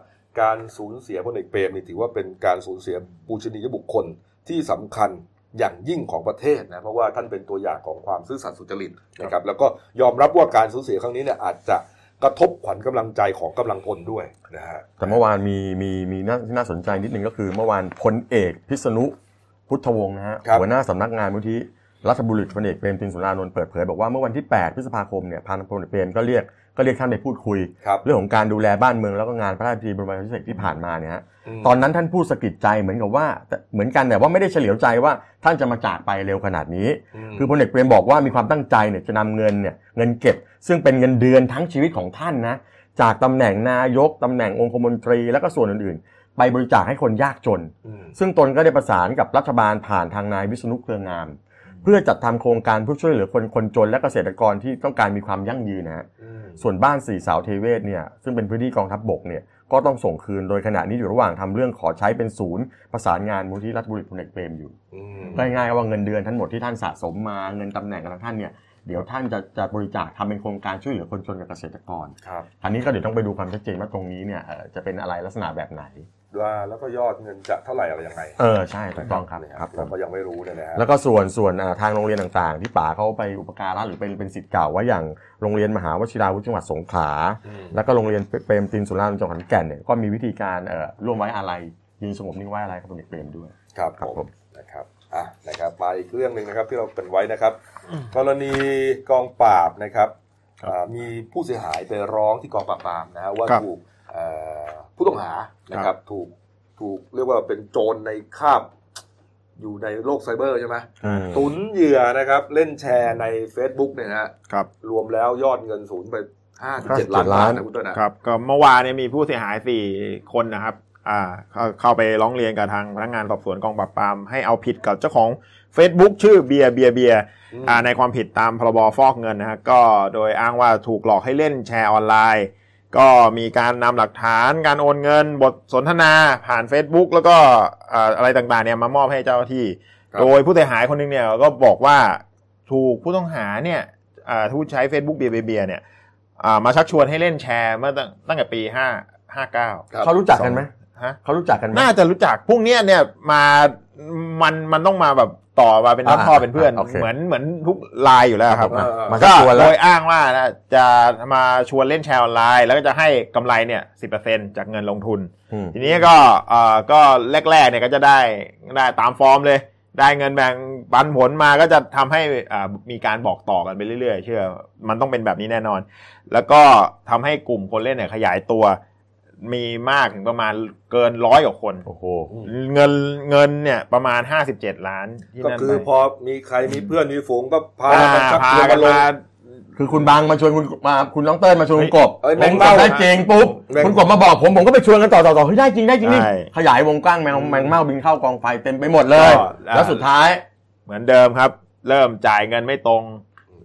[SPEAKER 1] การสูญเสียพลเอกเปรมนี่ถือว่าเป็นการสูญเสียปูชนียบุคคลที่สำคัญอย่างยิ่งของประเทศนะเพราะว่าท่านเป็นตัวอย่างของความซื่อสัตย์สุจริตนะครับแล้วก็ยอมรับว่าการสูญเสียครั้งนี้เนี่ยอาจจะกระทบขวัญกำลังใจของกำลังพลด้วยนะฮะ
[SPEAKER 2] แต่เมื่อวานมีมีมีน่าที่น่าสนใจนิดนึงก็คือ เมื่อวานพลเอกพิษณุพุทธวงศ์นะฮะ
[SPEAKER 1] ครับ
[SPEAKER 2] หัวหน้าสำนักงานมูลที่รัฐบุรุษพลเอกเปรมตินสุรานนท์เปิดเผยบอกว่าเมื่อวันที่ 8 พฤษภาคมเนี่ยพันพลเอกเปรมก็เรียกก็เรียกท่านไปพูดคุย
[SPEAKER 1] ครับ
[SPEAKER 2] เรื่องของการดูแลบ้านเมืองแล้วก็งานพระราชพิธีบรมราชาภิเษกที่ผ่านมาเนี่ยฮะ
[SPEAKER 1] ม
[SPEAKER 2] ตอนนั้นท่านพูดสะกิดใจเหมือนกับว่าแต่เหมือนกันแต่ว่าไม่ได้เฉลียวใจว่าท่านจะมาจากไปเร็วขนาดนี้
[SPEAKER 1] ม
[SPEAKER 2] คือพลเอกเปรมบอกว่ามีความตั้งใจเนี่ยจะนำเงินเนี่ยเงินเก็บ ซึ่งเป็นเงินเดือนทั้งชีวิตของท่านนะจากตำแหน่งนายกตำแหน่งองคมนตรีและก็ส่วนอื่นๆ ไปบริจาคให้คนยากจน ซึ่งตนก็ได้ประสานกับรัฐบาลผ่านทางนายวิษณุเครืองาม เพื่อจัดทำโครงการผู้ช่วยเหลือคนคนจน และเกษตรกรที่ต้องการมีความยั่งยืนนะฮะ ส่วนบ้านสี่เสาวเทเวศเนี่ยซึ่งเป็นพื้นที่กองทัพบบกเนี่ยก็ต้องส่งคืนโดยขณะนี้อยู่ระหว่างทำเรื่องขอใช้เป็นศูนย์ ประสานงานมูลที่รัฐบุรีพลเอกเปรมอยู่ก็ง่ายๆว่าเงินเดือนทั้งหมดที่ท่านสะสมมาเงินตำแหน่งของท่านเนี่ยเดี๋ยวท่านจะจะบริจาคทำเป็นโครงการช่วยเหลือคนจนกับเกษตรกร
[SPEAKER 1] ครับ
[SPEAKER 2] อันนี้ก็เดี๋ยวต้องไปดูความชัดเจนว่าตรงนี้เนี่ยเอ่อจะเป็นอะไรลักษณะแบบไหน
[SPEAKER 1] ว่าแล้วก็ยอดเงินจะเท่าไหร่อะไรยังไง
[SPEAKER 2] เออใช่ถูกต้องครับ
[SPEAKER 1] นะฮะ
[SPEAKER 2] ครับผ
[SPEAKER 1] เรา
[SPEAKER 2] ม
[SPEAKER 1] ก็ยังไม่รู้เนี่ยนะฮะ
[SPEAKER 2] แล้วก็ส่วนส่วนเอ่อทางโรงเรียนต่างๆ ที่ป๋าเขาไปอุปการะหรือเป็นเป็นสิทธิ์เก่าว่าอย่างโรงเรียนมหาวชิราวุธจังหวัดสงขลา
[SPEAKER 1] อืม
[SPEAKER 2] แล้วก็โรงเรียนเปรมตินสุรานนท์จังหวัดขอนแก่นเนี่ยก็มีวิธีการเอ่อร่วมไว้อาลัยยืนสงบนิ่งไว้อาลัยกับพลเอกเปรมด้วย
[SPEAKER 1] ครับ
[SPEAKER 2] ครับ
[SPEAKER 1] ผม
[SPEAKER 2] ผม
[SPEAKER 1] นะครับอ่ะนะครับมาอีกเรื่องหนึ่งนะครับที่เราเป็นไว้นะครับ กรณีกองปราบนะครับอ่ามีผู้เสียหายไปร้องที่กองปราบปรามนะฮะว่า
[SPEAKER 4] ครับ
[SPEAKER 1] ถูกเอ่อผู้ต้องหานะครับถูกถูกเรียกว่าเป็นโจรในคาบอยู่ในโลกไซเบอร์ใช่ไหมตุนเหยื่อนะครับเล่นแชร์ใน Facebook เนี่ยนะฮะ
[SPEAKER 5] ครับ
[SPEAKER 1] รวมแล้วยอดเงินศูนย์ไปห้าถึงเจ็ด
[SPEAKER 2] 57
[SPEAKER 1] ล้านบาท
[SPEAKER 2] ล้าน
[SPEAKER 1] นะคุณต้นนะครับ
[SPEAKER 5] ก็เมื่อวานเนี่ยมีผู้เสียหายสี่คนนะครับอ่าเข้าเข้าไปร้องเรียนกับทางพนักงานสอบสวนกองปราบปรามให้เอาผิดกับเจ้าของ Facebook ชื่อเบียร์เบียร์เบียร์
[SPEAKER 1] อืม
[SPEAKER 5] อ่าในความผิดตามพรบฟอกเงินนะฮะก็โดยอ้างว่าถูกหลอกให้เล่นแชร์ออนไลน์ ก็มีการนำหลักฐานการโอนเงิน บทสนทนาผ่าน Facebook แล้วก็อ่าอะไรต่างๆเนี่ยมามอบให้เจ้าหน้าที่
[SPEAKER 1] ครับ
[SPEAKER 5] โดยผู้เสียหายคนหนึงเนี่ยก็บอกว่าถูกผู้ต้องหาเนี่ยอ่าผู้ใช้ Facebook เบียร์เบียร์เบียร์เนี่ย อ่ามาชักชวนให้เล่นแชร์เมื่อตั้งตั้งแต่ปีห้าห้าเก้า
[SPEAKER 1] ครับ
[SPEAKER 2] เขารู้จักกันไหม
[SPEAKER 5] ฮะ
[SPEAKER 2] เขารู้จักกันไหม
[SPEAKER 5] น่าจะรู้จักพวกเนี้ยเนี่ยมามันมันต้องมาแบบต่อมาเป็น
[SPEAKER 2] อ่า
[SPEAKER 5] น้ำพ่อเป็นเพื่อน
[SPEAKER 2] โอเค
[SPEAKER 5] เหมือนเหมือนทุกลายอยู่แล้วครับ
[SPEAKER 2] มา
[SPEAKER 1] เออ
[SPEAKER 2] มาชั
[SPEAKER 5] ก็
[SPEAKER 2] กชวน
[SPEAKER 5] โด
[SPEAKER 2] แล้ว
[SPEAKER 5] ยอ้างว่านะจะมาชวนเล่นแชร์ออนไลน์ แล้วก็จะให้กำไรเนี่ยสิบเปอร์เซ็นจากเงินลงทุน
[SPEAKER 2] อืม
[SPEAKER 5] ทีนี้ก็เอ่อก็แรกๆเนี่ยก็จะได้ได้ตามฟอร์มเลย ได้เงินแบ่งปันผลมาก็จะทำให้อ่ามีการบอกต่อกันไปเรื่อยๆ เชื่อ มันต้องเป็นแบบนี้แน่นอน แล้วก็ทำให้กลุ่มคนเล่นเนี่ยขยายตัว มีมากถึงประมาณเกินร้อยกว่าคน
[SPEAKER 2] โอ้โห
[SPEAKER 5] เงินเงินเนี่ยประมาณ 57 ล้านที่
[SPEAKER 4] ก็
[SPEAKER 5] นั่น
[SPEAKER 4] คือ
[SPEAKER 5] ไป
[SPEAKER 4] พอมีใครมีเพื่อนมีฝูงก็พา
[SPEAKER 5] อ่า
[SPEAKER 4] กันชัก
[SPEAKER 5] พา
[SPEAKER 4] ชวน
[SPEAKER 5] กั
[SPEAKER 4] มานลง
[SPEAKER 5] มา
[SPEAKER 2] คือคุณบางมาชวนคุณมาคุณน้องเต้ยมาชวนคุณกบ
[SPEAKER 4] เอ้ยแม่
[SPEAKER 2] ผม
[SPEAKER 4] ง
[SPEAKER 2] ก
[SPEAKER 4] เมา
[SPEAKER 2] บได้จริงปุ๊บ
[SPEAKER 4] แม่ง
[SPEAKER 2] คุณกบมาบอกผมผมก็ไปชวนกันต่อต่อต่อเฮ้ยได้จริงได้จริงนี่
[SPEAKER 5] ใช่
[SPEAKER 2] ขยายวงกว้างแมงแมงเม่าบินเข้ากองไฟเต็มไปหมดเลย
[SPEAKER 5] ก็อ่า
[SPEAKER 2] แล้วสุดท้าย
[SPEAKER 5] เหมือนเดิมครับ เริ่มจ่ายเงินไม่ตรง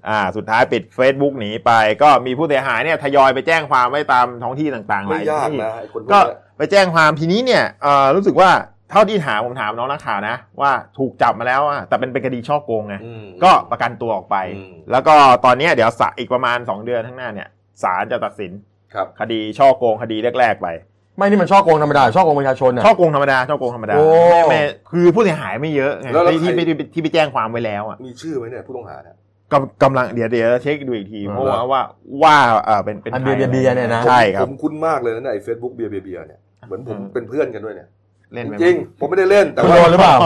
[SPEAKER 5] อ่า สุดท้ายปิด Facebook หนีไป ก็มีผู้เสียหายเนี่ยทยอยไปแจ้งความไว้ตามท้องที่ต่างๆห
[SPEAKER 4] ไม่
[SPEAKER 5] ลาย
[SPEAKER 4] ยาก
[SPEAKER 5] ที่
[SPEAKER 4] นะไอ้คนพว
[SPEAKER 5] ก็
[SPEAKER 4] กเนี้ย
[SPEAKER 5] ไปแจ้งความทีนี้เนี่ยเอ่อรู้สึกว่าเท่าที่ถามผมถามน้องนักข่าวนะ ว่าถูกจับมาแล้วอะแต่เป็นเป็นคดีช่อโกงไง
[SPEAKER 4] อืม
[SPEAKER 5] ก็ประกันตัวออกไป
[SPEAKER 4] อืม
[SPEAKER 5] แล้วก็ตอนเนี้ยเดี๋ยวสะอีกประมาณ 2 เดือนข้างหน้าเนี่ยศาลจะตัดสิน
[SPEAKER 4] ครับ
[SPEAKER 5] คดีช่อโกงคดีแรกๆไป
[SPEAKER 2] ไม่นี่มันช่อโกงธรรมดาหรือช่อโกงประชาชนอ่ะ
[SPEAKER 5] ช่อโกงธรรมดาช่อโกงธรรมดา
[SPEAKER 2] โอ้
[SPEAKER 5] ไม่ไม่คือผู้เสียหายไม่เยอะไง
[SPEAKER 4] แล้วแล้ว
[SPEAKER 5] ที่ที่
[SPEAKER 4] ใคร
[SPEAKER 5] ไปที่ไปแจ้งความไว้แล้วอ่ะ
[SPEAKER 4] มีชื่อไหมเนี่ยผู้ต้องหาเนี่ย
[SPEAKER 5] กำกำลังเดี๋ยวเดี๋ยวเช็คดูอีกที
[SPEAKER 4] อ่า
[SPEAKER 5] เพราะว่าว่าว่าเออเป็นเป็น
[SPEAKER 2] อัน
[SPEAKER 5] ใค
[SPEAKER 2] เบียร์เบียร์เบียร์เนี่ยนะ
[SPEAKER 5] ใช่ครับ
[SPEAKER 4] ผมคุ้นมากเลยนะไอ้เฟซบุ๊กเบียร์เบียร์เนี่ยเหมือนผม
[SPEAKER 5] อืม
[SPEAKER 4] เป็นเพื่อนกันด้วยเนี่ย
[SPEAKER 5] เล่นไป
[SPEAKER 4] จริงๆผมไม่ได้เล่นแต่
[SPEAKER 2] คุณ
[SPEAKER 4] ว่า
[SPEAKER 2] โดนหรือเปล่า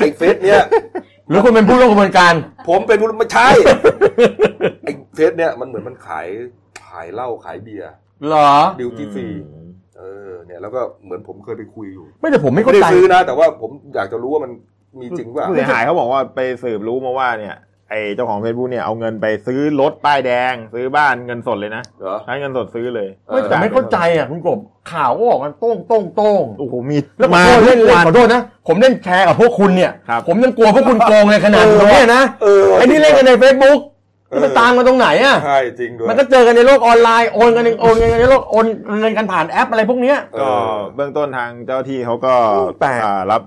[SPEAKER 4] ไอ้เฟซเนี่ย
[SPEAKER 2] หรือคุณเป็นผู้ร่วมกระบวนการ
[SPEAKER 4] ผมเป็นผู้ไม่ใช่
[SPEAKER 2] [laughs]
[SPEAKER 4] ไอ้เฟซเนี่ยมันเหมือนมันขายขายเหล้าขายเบียร์
[SPEAKER 2] เหรอ
[SPEAKER 4] ดิวตี้ฟรีเออเนี่ยแล้วก็เหมือนผมเคยไปคุยอยู่
[SPEAKER 2] ไม่แต่ผมไม่
[SPEAKER 4] ไม่
[SPEAKER 2] เข้า
[SPEAKER 4] ได้
[SPEAKER 2] ใจ
[SPEAKER 4] ซื้อนะ แต่ว่าผมอยากจะรู้ว่ามันมีจริงว่า
[SPEAKER 5] ผู้เสียหายเขาบอกว่าไปสืบรู้มาว่าเนี่ยไอเจ้าของเฟซบุ๊กเนี่ยเอาเงินไปซื้อรถป้ายแดง ซื้อบ้านเงินสดเลยนะ
[SPEAKER 4] เหรอ
[SPEAKER 5] ใช้เงินสดซื้อเลย
[SPEAKER 4] เอ
[SPEAKER 2] ไม่
[SPEAKER 4] อ
[SPEAKER 2] แต่ไม่เข้าใจอ่ะคุณกบข่าวก็บอกกันโต้งโต้งโต้ง
[SPEAKER 5] โอ้โหมี
[SPEAKER 2] แล้วผม
[SPEAKER 5] มา
[SPEAKER 2] ก็เล่น
[SPEAKER 5] ทุก
[SPEAKER 2] เล่น
[SPEAKER 5] วั
[SPEAKER 2] ขอโทษนะ ผมเล่นแชร์กับพวกคุณเนี่ย
[SPEAKER 5] ครับ
[SPEAKER 2] ผมยังกลัวพวกคุณโกงเลยขนาดนี้เนี่ยนะ
[SPEAKER 4] เออ
[SPEAKER 2] ไอ้นี่เล่นกันใน Facebook
[SPEAKER 4] เออ
[SPEAKER 2] มันตามกันตรงไหนอ่ะ
[SPEAKER 4] ใช่จริงด้วย
[SPEAKER 2] มันก็เจอกันในโลกออนไลน์โอนกันเองโอนกันในโลกโอนเงินกันผ่านแอปอะไรพวกเนี้ย
[SPEAKER 4] เอ
[SPEAKER 5] ก็
[SPEAKER 4] อ
[SPEAKER 5] เบื้องต้นทางเจ้าที่เขาก็
[SPEAKER 2] แปลก
[SPEAKER 5] อ่ารับ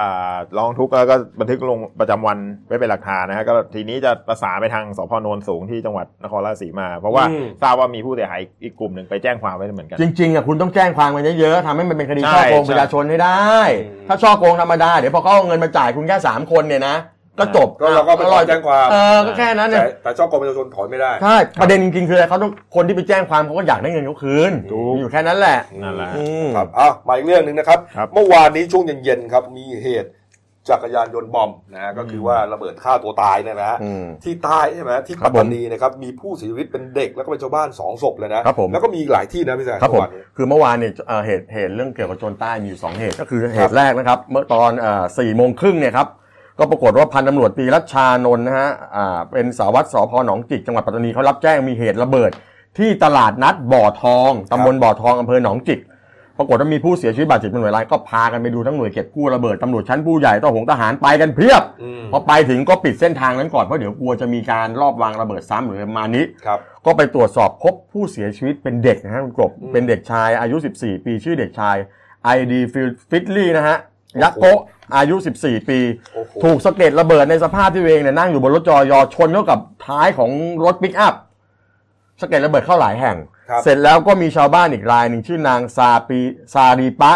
[SPEAKER 5] อ่าร้องทุกข์แล้วก็บันทึกลงประจำวันไว้เป็นหลักฐานนะฮะก็ทีนี้จะประสานไปทางสพนนสูงที่จังหวัดนครราชสีมา เพราะว่า
[SPEAKER 4] อืม
[SPEAKER 5] ทราบว่ามีผู้เสียหายอีกกลุ่มหนึ่งไปแจ้งความไว้เหมือนกัน
[SPEAKER 2] จริงๆอ่ะคุณต้องแจ้งความกันเยอะๆทำให้มันเป็นคดี
[SPEAKER 5] ใช่
[SPEAKER 2] ช่อโกงป
[SPEAKER 5] ใช่
[SPEAKER 2] ระชาชนให้ได้ ถ้าช่อโกงธรรมดาเดี๋ยวพอเขาเอาเงินมาจ่ายคุณแค่สามคนเนี่ยนะก็จบ
[SPEAKER 4] ก็เราก็ไปถอนแจ้งความ
[SPEAKER 2] เออก็แค่นั้นเนี่ย
[SPEAKER 4] แต่แต่ช่อกงประชาชนถอนไม่ได้
[SPEAKER 2] ใช่ประเด็นจริงๆคืออะไรเขาต้องคนที่ไปแจ้งความเขาก็อยากได้เงินเขาคืน
[SPEAKER 4] ถูก
[SPEAKER 2] มีอยู่แค่นั้นแหละ
[SPEAKER 5] นั่นแหละ
[SPEAKER 2] อืม
[SPEAKER 4] ครับอ่ะมาอีกเรื่องหนึ่งนะครับ
[SPEAKER 5] ครับ
[SPEAKER 4] เมื่อวานนี้ช่วงเย็นๆครับ มีเหตุจักรยานยนต์บอมบ์นะฮะก็คือว่าระเบิดฆ่าตัวตายเนี่ยนะฮะ
[SPEAKER 2] อืม
[SPEAKER 4] ที่ใต้ใช่ไหมที่
[SPEAKER 2] ครั
[SPEAKER 4] ปัต
[SPEAKER 2] บผม
[SPEAKER 4] ตานีนะครับมีผู้เสียชีวิตเป็นเด็กแล้วก็เป็นชาวบ้านสองศพเลยนะครับ
[SPEAKER 2] ผม
[SPEAKER 4] แล้วก็มีอีกหลายที่นะพี่แซม
[SPEAKER 2] ครับผม
[SPEAKER 4] เอวานนี้
[SPEAKER 2] คือเมื่อวานเนี่ยเอ่อเหตุเหตุเรื่องเกี่ยวกับโจรใต้มีอยู่สองเหตุก็คือเห
[SPEAKER 4] ครับ
[SPEAKER 2] ตุแรกนะครับ เมื่อตอนสี่โมงครึ่งเนี่ยครับ ก็ปรากฏว่าพันตำรวจตรีรัชชานนท์นะฮะอ่าเป็นสารวัตรสพหนองจิกจังหวัดปัตตานีเขารับแจ้งมีเหตุระเบิด ที่ตลาดนัดบ่อทองตำบลบ่อทองอำเภอหนองจิก ปรากฏว่ามีผู้เสียชีวิตบาดเจ็บเป็นหน่วยรายก็พากันไปดูทั้งหน่วยเก็บกู้ระเบิดตำรวจชั้นผู้ใหญ่ต่อหงทหารไปกันเพียบ
[SPEAKER 4] อืม
[SPEAKER 2] พอไปถึงก็ปิดเส้นทางนั้นก่อนเพราะเดี๋ยวกลัวจะมีการรอบวางระเบิดซ้ำหรือประมาณนี้
[SPEAKER 4] ครับ
[SPEAKER 2] ก็ไปตรวจสอบพบผู้เสียชีวิตเป็นเด็กนะฮะคุณกบเป็นเด็กชายอายุ 14 ปีชื่อเด็กชาย ID ฟิตลี่นะฮะยักโกะอายุ 14 ปี
[SPEAKER 4] โอ้โห
[SPEAKER 2] ถูกสะเก็ดระเบิดในสภาพที่ตัวเองเนี่ยนั่งอยู่บนรถจอยอชนเข้ากับท้ายของรถปิกอัพสะเก็ดระเบิดเข้าหลายแห่ง
[SPEAKER 4] ครับ
[SPEAKER 2] เสร็จแล้วก็มีชาวบ้านอีกรายหนึ่งชื่อนางซาปีซารีปะ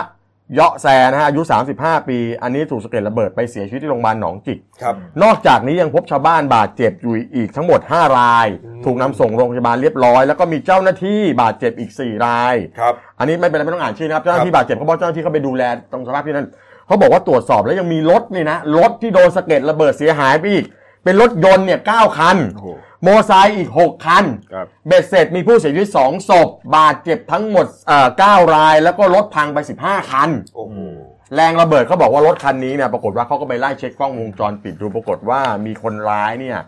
[SPEAKER 2] เยาะแซนะฮะอายุ 35 ปี อันนี้ถูกสะเก็ดระเบิดไปเสียชีวิตที่โรงพยาบาลหนองจิก
[SPEAKER 4] ครับ
[SPEAKER 2] นอกจากนี้ยังพบชาวบ้านบาดเจ็บอยู่อีกทั้งหมด 5 ราย
[SPEAKER 4] อืม
[SPEAKER 2] ถูกนำส่งโรงพยาบาลเรียบร้อย แล้วก็มีเจ้าหน้าที่บาดเจ็บอีก 4 ราย
[SPEAKER 4] ครับ
[SPEAKER 2] อันนี้ไม่เป็นไรไม่ต้องอ่านชื่อนะครับ เจ้าห
[SPEAKER 4] ครั
[SPEAKER 2] น้า
[SPEAKER 4] บ
[SPEAKER 2] ที่บาดเจ็บเขาบอกเจ้าหน้าที่เขาไปดูแลตรงสภาพที่นั่นเขาบอกว่าตรวจสอบแล้วยังมีรถนี่นะรถที่โดนสะเก็ดระเบิดเสียหายไปอีก เป็นรถยนต์เนี่ยเก้าคัน
[SPEAKER 5] โอ้โห
[SPEAKER 2] โมไซค์อีก 6 คัน
[SPEAKER 5] ครับ
[SPEAKER 2] เบ็ดเสร็จมีผู้เสียชีวิต2ศพบาดเจ็บทั้งหมดเอ่อ9ราย แล้วก็รถพังไป 15 คัน
[SPEAKER 4] โอ้โห
[SPEAKER 2] แรงระเบิดเขาบอกว่ารถคันนี้เนี่ยปรากฏว่าเขาก็ไปไล่เช็คกล้องวงจรปิดดูปรากฏว่ามีคนร้ายเนี่ย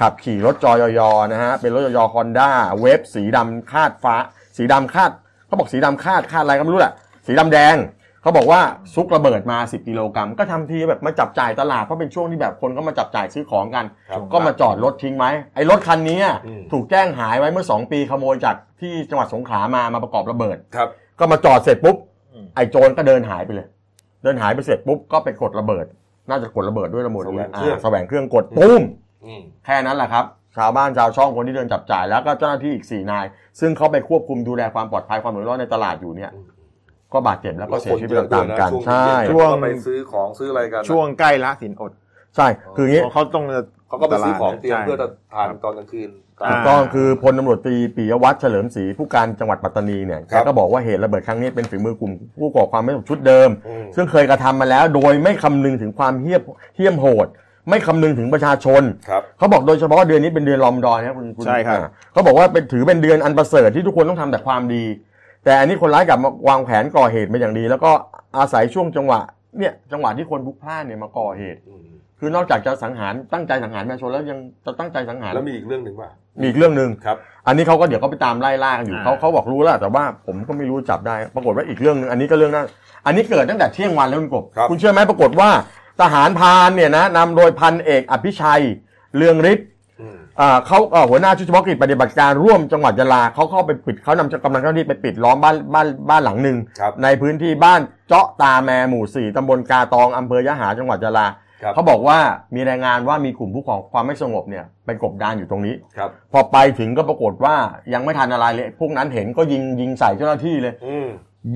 [SPEAKER 2] ขับขี่รถจอยอยอนะฮะเป็นรถจอยอฮอนด้าเวฟสีดำคาดฟ้า สีดำคาดเขาบอกสีดำคาดคาดอะไรก็ไม่รู้แหละสีดำแดงเขาบอกว่าซุกระเบิดมา 10กิโลกรัมก็ทำทีแบบมาจับจ่ายตลาดเพราะเป็นช่วงที่แบบคนก็มาจับจ่ายซื้อของกัน
[SPEAKER 4] ครับ
[SPEAKER 2] ก็มาจอดรถทิ้งไว้ไอ้รถคันนี้อะ
[SPEAKER 4] อืม
[SPEAKER 2] ถูกแจ้งหายไว้เมื่อสองปีขโมยจากที่จังหวัดสงขลามามาประกอบระเบิด
[SPEAKER 4] ครับ
[SPEAKER 2] ก็มาจอดเสร็จปุ๊บ
[SPEAKER 5] อืม
[SPEAKER 2] ไอ้โจรก็เดินหายไปเลย เดินหายไปเสร็จปุ๊บก็ไปกดระเบิด น่าจะกดระเบิดด้วยระเบิด
[SPEAKER 4] แสวง
[SPEAKER 2] อ่า
[SPEAKER 4] เครื่อง
[SPEAKER 2] แสวงเครื่องกดปุ้ม
[SPEAKER 4] อืม
[SPEAKER 2] แค่นั้นแหละครับ ชาวบ้านชาวช่องคนที่เดินจับจ่ายแล้วก็เจ้าหน้าที่อีกสี่นาย ซึ่งเขาไปควบคุมดูแลความปลอดภัยความสะดวกในตลาดอยู่เนี่ย
[SPEAKER 4] อืม
[SPEAKER 2] ก็บาดเจ็บแล้วก็เสียชีวิตไปตามๆกัน
[SPEAKER 4] ช่วง
[SPEAKER 2] ใช่
[SPEAKER 4] เย็นๆ
[SPEAKER 5] ช่วง
[SPEAKER 4] ก็ไปซื้อของซื้ออะไรกันนะ
[SPEAKER 5] ช่วงใกล้ละสินอด
[SPEAKER 2] ใช่คืออย่างนี้
[SPEAKER 5] เขาต้องจะ
[SPEAKER 4] เขาก็ไปซื้อของเตรียม
[SPEAKER 5] ใช่
[SPEAKER 4] เพื่อจะทานตอนกลางคืน
[SPEAKER 5] อ่า
[SPEAKER 2] ถูกต้องคือพลตำรวจตรีปิยวัฒน์เฉลิมศรีผู้การจังหวัดปัตตานีเนี่ย
[SPEAKER 4] ค
[SPEAKER 2] แก
[SPEAKER 4] รับ
[SPEAKER 2] ก็บอกว่าเหตุระเบิดครั้งนี้เป็นฝีมือกลุ่มผู้ก่อความไม่สงบชุดเดิม
[SPEAKER 4] อืม
[SPEAKER 2] ซึ่งเคยกระทำมาแล้วโดยไม่คำนึงถึงความเหี้ยมเหี้ยมโหด ไม่คำนึงถึงประชาชน
[SPEAKER 4] ครับ
[SPEAKER 2] เขาบอกโดยเฉพาะเดือนนี้เป็นเดือนรอมฎอนนะคุณณ
[SPEAKER 5] ใช่ครับ
[SPEAKER 2] อ่าเขาบอกว่าเป็นถือเป็นเดือนอันประเสริฐที่ทุกคนต้องทำแต่ความดี แต่อันนี้คนร้ายกลับมาวางแผนก่อเหตุมาอย่างดี แล้วก็อาศัยช่วงจังหวะเนี่ยจังหวะที่คนพลุกพล่านเนี่ยมาก่อเหตุ คือนอกจากจะสังหารตั้งใจสังหารประชาชนแล้วยังจะตั้งใจสังหาร
[SPEAKER 4] แล้วมีอีกเรื่องหนึ่งว่า
[SPEAKER 2] มีอีกเรื่องหนึ่ง
[SPEAKER 4] ครับ
[SPEAKER 2] อันนี้เขาก็เดี๋ยวก็ไปตามไล่ล่ากันอยู่
[SPEAKER 5] อ่า
[SPEAKER 2] เขาเขาบอกรู้แล้วแต่ว่าผมก็ไม่รู้จับได้ ปรากฏว่าอีกเรื่องหนึงอันนี้ก็เรื่องนั้นอันนี้เกิดตั้งแต่เที่ยงวันแล้วคุณกบ
[SPEAKER 4] ครับ
[SPEAKER 2] ณเชื่อไหมปรากฏว่าทหารพรานเนี่ยนะนำโดยพันเอกอภิชัย เรืองฤทธิ์
[SPEAKER 4] อืม
[SPEAKER 2] อ่าเขาเอ่อหัวหน้าชุดเฉพาะกิจปฏิบัติการร่วมจังหวัดยะลาเขาเข้าไปปิดเขานำกำลังเจ้าหน้าที่ไปปิดล้อมบ้านบ้านบ้านหลังหนึ่ง
[SPEAKER 4] ครับ
[SPEAKER 2] ในพื้นที่บ้านเจาะตาแมหมู่สี่ตำบลกาตองอำเภอยะหาจังหวัดยะลา
[SPEAKER 4] ครับ
[SPEAKER 2] เขาบอกว่ามีรายงานว่ามีกลุ่มผู้ก่อความไม่สงบเนี่ยไปกบดานอยู่ตรงนี้
[SPEAKER 4] ครับ
[SPEAKER 2] พอไปถึงก็ปรากฏว่ายังไม่ทันอะไรเลย พวกนั้นเห็นก็ยิงยิงใส่เจ้าหน้าที่เลย
[SPEAKER 4] อืม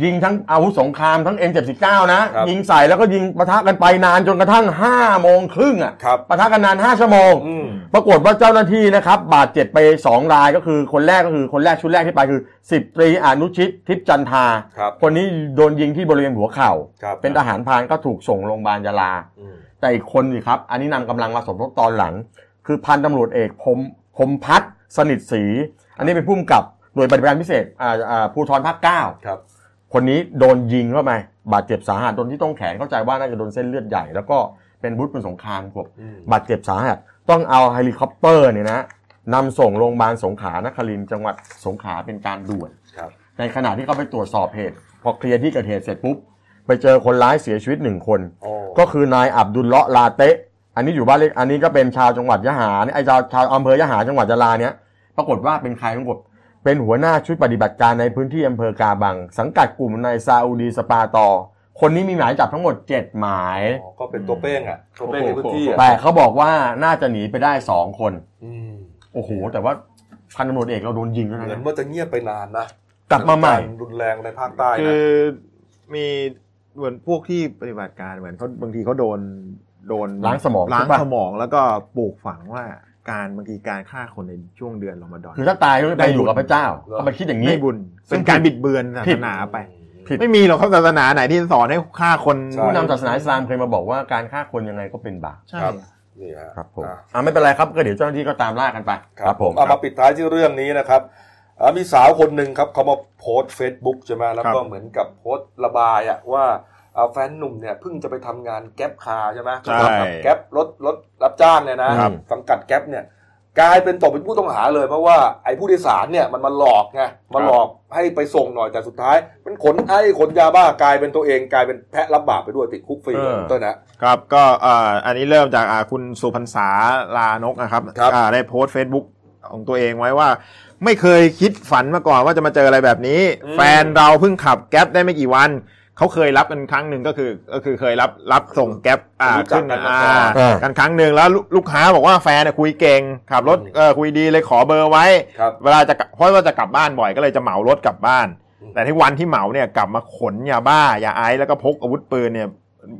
[SPEAKER 2] ยิงทั้งอาวุธสงครามทั้ง M79 นะ
[SPEAKER 4] ครับ
[SPEAKER 2] ยิงใส่แล้วก็ยิงปะทะกันไปนานจนกระทั่ง5โมงครึ่งอ่ะ
[SPEAKER 4] ครับ
[SPEAKER 2] ปะทะกันนาน 5 ชั่วโมง
[SPEAKER 4] อืม
[SPEAKER 2] ปรากฏว่าเจ้าหน้าที่นะครับ บาดเจ็บไป 2 รายก็คือคนแรกก็คือคนแรกชุดแรกที่ไปคือ10ตรีอนุชิตทิพย์จันทา
[SPEAKER 4] ครับ
[SPEAKER 2] นนี้โดนยิงที่บริเวณหัวเข่า
[SPEAKER 4] ครับ
[SPEAKER 2] เป็นทหารพรานก็ถูกส่งโรงพยาบาลยาลา
[SPEAKER 4] อืม
[SPEAKER 2] แต่อีกคนสิครับ อันนี้นำกำลังมาสมทบตอนหลัง คือพันตำรวจเอกพรมพรมพัฒน์สนิทศรีอันนี้เป็นผู้กำกับหน่วยปฏิบัติการพิเศษอ่าอ่าภูธรภาคเก้า
[SPEAKER 4] ครับ
[SPEAKER 2] คนนี้โดนยิงเข้าไปบาดเจ็บสาหัสโดนที่ต้องแขนเข้าใจว่าน่าจะโดนเส้นเลือดใหญ่ แล้วก็เป็นบุธเป็นสงครามครับ
[SPEAKER 4] อืม
[SPEAKER 2] บาดเจ็บสาหัสต้องเอาเฮลิคอปเตอร์เนี่ยนะนำส่งโรงพยาบาลสงขลานครินทร์จังหวัดสงขลาเป็นการด่วน
[SPEAKER 4] ครับ
[SPEAKER 2] ในขณะที่เขาไปตรวจสอบเหตุ พอเคลียร์ที่เกิดเหตุเสร็จปุ๊บไปเจอคนร้ายเสียชีวิตหนึ่งคน
[SPEAKER 4] โอ้
[SPEAKER 2] ก็คือนายอับดุลเลาะลาเตะ อันนี้อยู่บ้านเล็ก อันนี้ก็เป็นชาวจังหวัดยะหาเนี่ยไอ้ชาวชาวอำเภอยะหาจังหวัดยะลาเนี่ย ปรากฏว่าเป็นใครทั้งหมดเป็นหัวหน้าชุดปฏิบัติการในพื้นที่อำเภอกาบัง สังกัดกลุ่มในายซาอุดีสปาตอ คนนี้มีหมายจับทั้งหมด 7 หมาย
[SPEAKER 4] อ๋อก็เป็นตัวเป้งอ่ะ ตัวเป้งในพื้นที่อ่ะ
[SPEAKER 2] แต่เขาบอกว่าน่าจะหนีไปได้ 2 คน
[SPEAKER 4] อืม
[SPEAKER 2] โอ้โห แต่ว่าพันตำรวจเอกเราโดนยิงแล้ว
[SPEAKER 4] เหมือน
[SPEAKER 2] นะ
[SPEAKER 4] ว่าจะเงียบไปนานนะ
[SPEAKER 2] กลับมาใหม่
[SPEAKER 4] กรรุนแรงในภาคใต้
[SPEAKER 5] คื
[SPEAKER 4] นะ
[SPEAKER 5] อมีเหมือนพวกที่ปฏิบัติการเหมือนเขาบางทีเขาโดนโดน
[SPEAKER 2] ล้างสมอง
[SPEAKER 5] ล้าง
[SPEAKER 2] ใช่ปะ
[SPEAKER 5] สมองแล้วก็ปลูกฝังว่าการบางทีการฆ่าคนในช่วงเดือนรอมฎอน
[SPEAKER 2] คือถ้าตายก็ไปอยู่กับพระเจ้า
[SPEAKER 4] เหรอ
[SPEAKER 2] เขาไปคิดอย่างนี้
[SPEAKER 5] ไม่บุญ
[SPEAKER 2] ซึ่
[SPEAKER 5] เป็น
[SPEAKER 2] ง
[SPEAKER 5] การ
[SPEAKER 2] ผิ
[SPEAKER 5] บิ
[SPEAKER 2] ด
[SPEAKER 5] ดเบือนศา
[SPEAKER 2] ผิ
[SPEAKER 5] ส
[SPEAKER 2] ด
[SPEAKER 5] นาไป
[SPEAKER 2] ผิด
[SPEAKER 5] ไม่มีหรอกครับศาสนาไหนที่สอนให้ฆ่าคน
[SPEAKER 4] ใช่
[SPEAKER 2] ผู้นำศาสนาอิสลามเคยมาบอกว่าการฆ่าคนยังไงก็เป็นบาป
[SPEAKER 5] ใช่
[SPEAKER 4] ครับ นี่ฮะ
[SPEAKER 2] ครับผม
[SPEAKER 4] อ่ะ
[SPEAKER 2] อ่าไม่เป็นไรครับก็เดี๋ยวเจ้าหน้าที่ก็ตามล่ากันไป
[SPEAKER 4] เอามาปิดท้ายที่เรื่องนี้นะครับอ่ามีสาวคนหนึ่งครับเขามาโพสต์เฟซบุ๊กใช่ไหมแล้วก็
[SPEAKER 5] ครับ
[SPEAKER 4] เหมือนกับโพสต์ระบายอะว่าอ่าแฟนหนุ่มเนี่ยเพิ่งจะไปทำงานแก๊ปคาร์ใช่ไหม
[SPEAKER 5] ใช่
[SPEAKER 4] ครับแก๊ปรถรถรับจ้างเนี่ยนะครับ สังกัดแก๊ปเนี่ยกลายเป็นตกเป็นผู้ต้องหาเลยเพราะว่าไอ้ผู้โดยสารเนี่ยมันมาหลอกไงมาหลอกให้ไปส่งหน่อยแต่สุดท้าย มันขนไอ้ขนยาบ้ากลายเป็นตัวเองกลายเป็นแพะรับบาปไปด้วยติดคุกฟรีเลยคุณเต้นนะ
[SPEAKER 5] ครับก็เอ่ออันนี้เริ่มจากอ่าคุณสุพรรษาลานกนะครับ
[SPEAKER 4] ครับ
[SPEAKER 5] อ่าได้โพสต์ Facebook ของตัวเองไว้ว่า ไม่เคยคิดฝันมาก่อนว่าจะมาเจออะไรแบบนี้
[SPEAKER 4] อืม
[SPEAKER 5] แฟนเราเพิ่งขับแก๊ปได้ไม่กี่วัน เขาเคยรับกันครั้งหนึ่งก็คือก็คือเคยรับรับส่งแก๊ปอ่า
[SPEAKER 4] รู้จั
[SPEAKER 5] ขึ้
[SPEAKER 4] ก
[SPEAKER 5] น
[SPEAKER 4] กั
[SPEAKER 5] กัน น
[SPEAKER 4] มาก่อ
[SPEAKER 5] อ่า
[SPEAKER 4] น
[SPEAKER 2] อ่า
[SPEAKER 5] กันครั้งหนึ่งแล้วลูกลูกค้าบอกว่าแฟนน่ะคุยเก่งขับรถเอ่อคุยดีเลยขอเบอร์ไว้
[SPEAKER 4] ครับ
[SPEAKER 5] เวลาจะกลับเพราะว่าจะกลับบ้านบ่อยก็เลยจะเหมารถกลับบ้าน
[SPEAKER 4] อืม
[SPEAKER 5] แต่ที่วันที่เหมาเนี่ยกลับมาขนยาบ้ายาไอซ์แล้วก็พกอาวุธปืนเนี่ย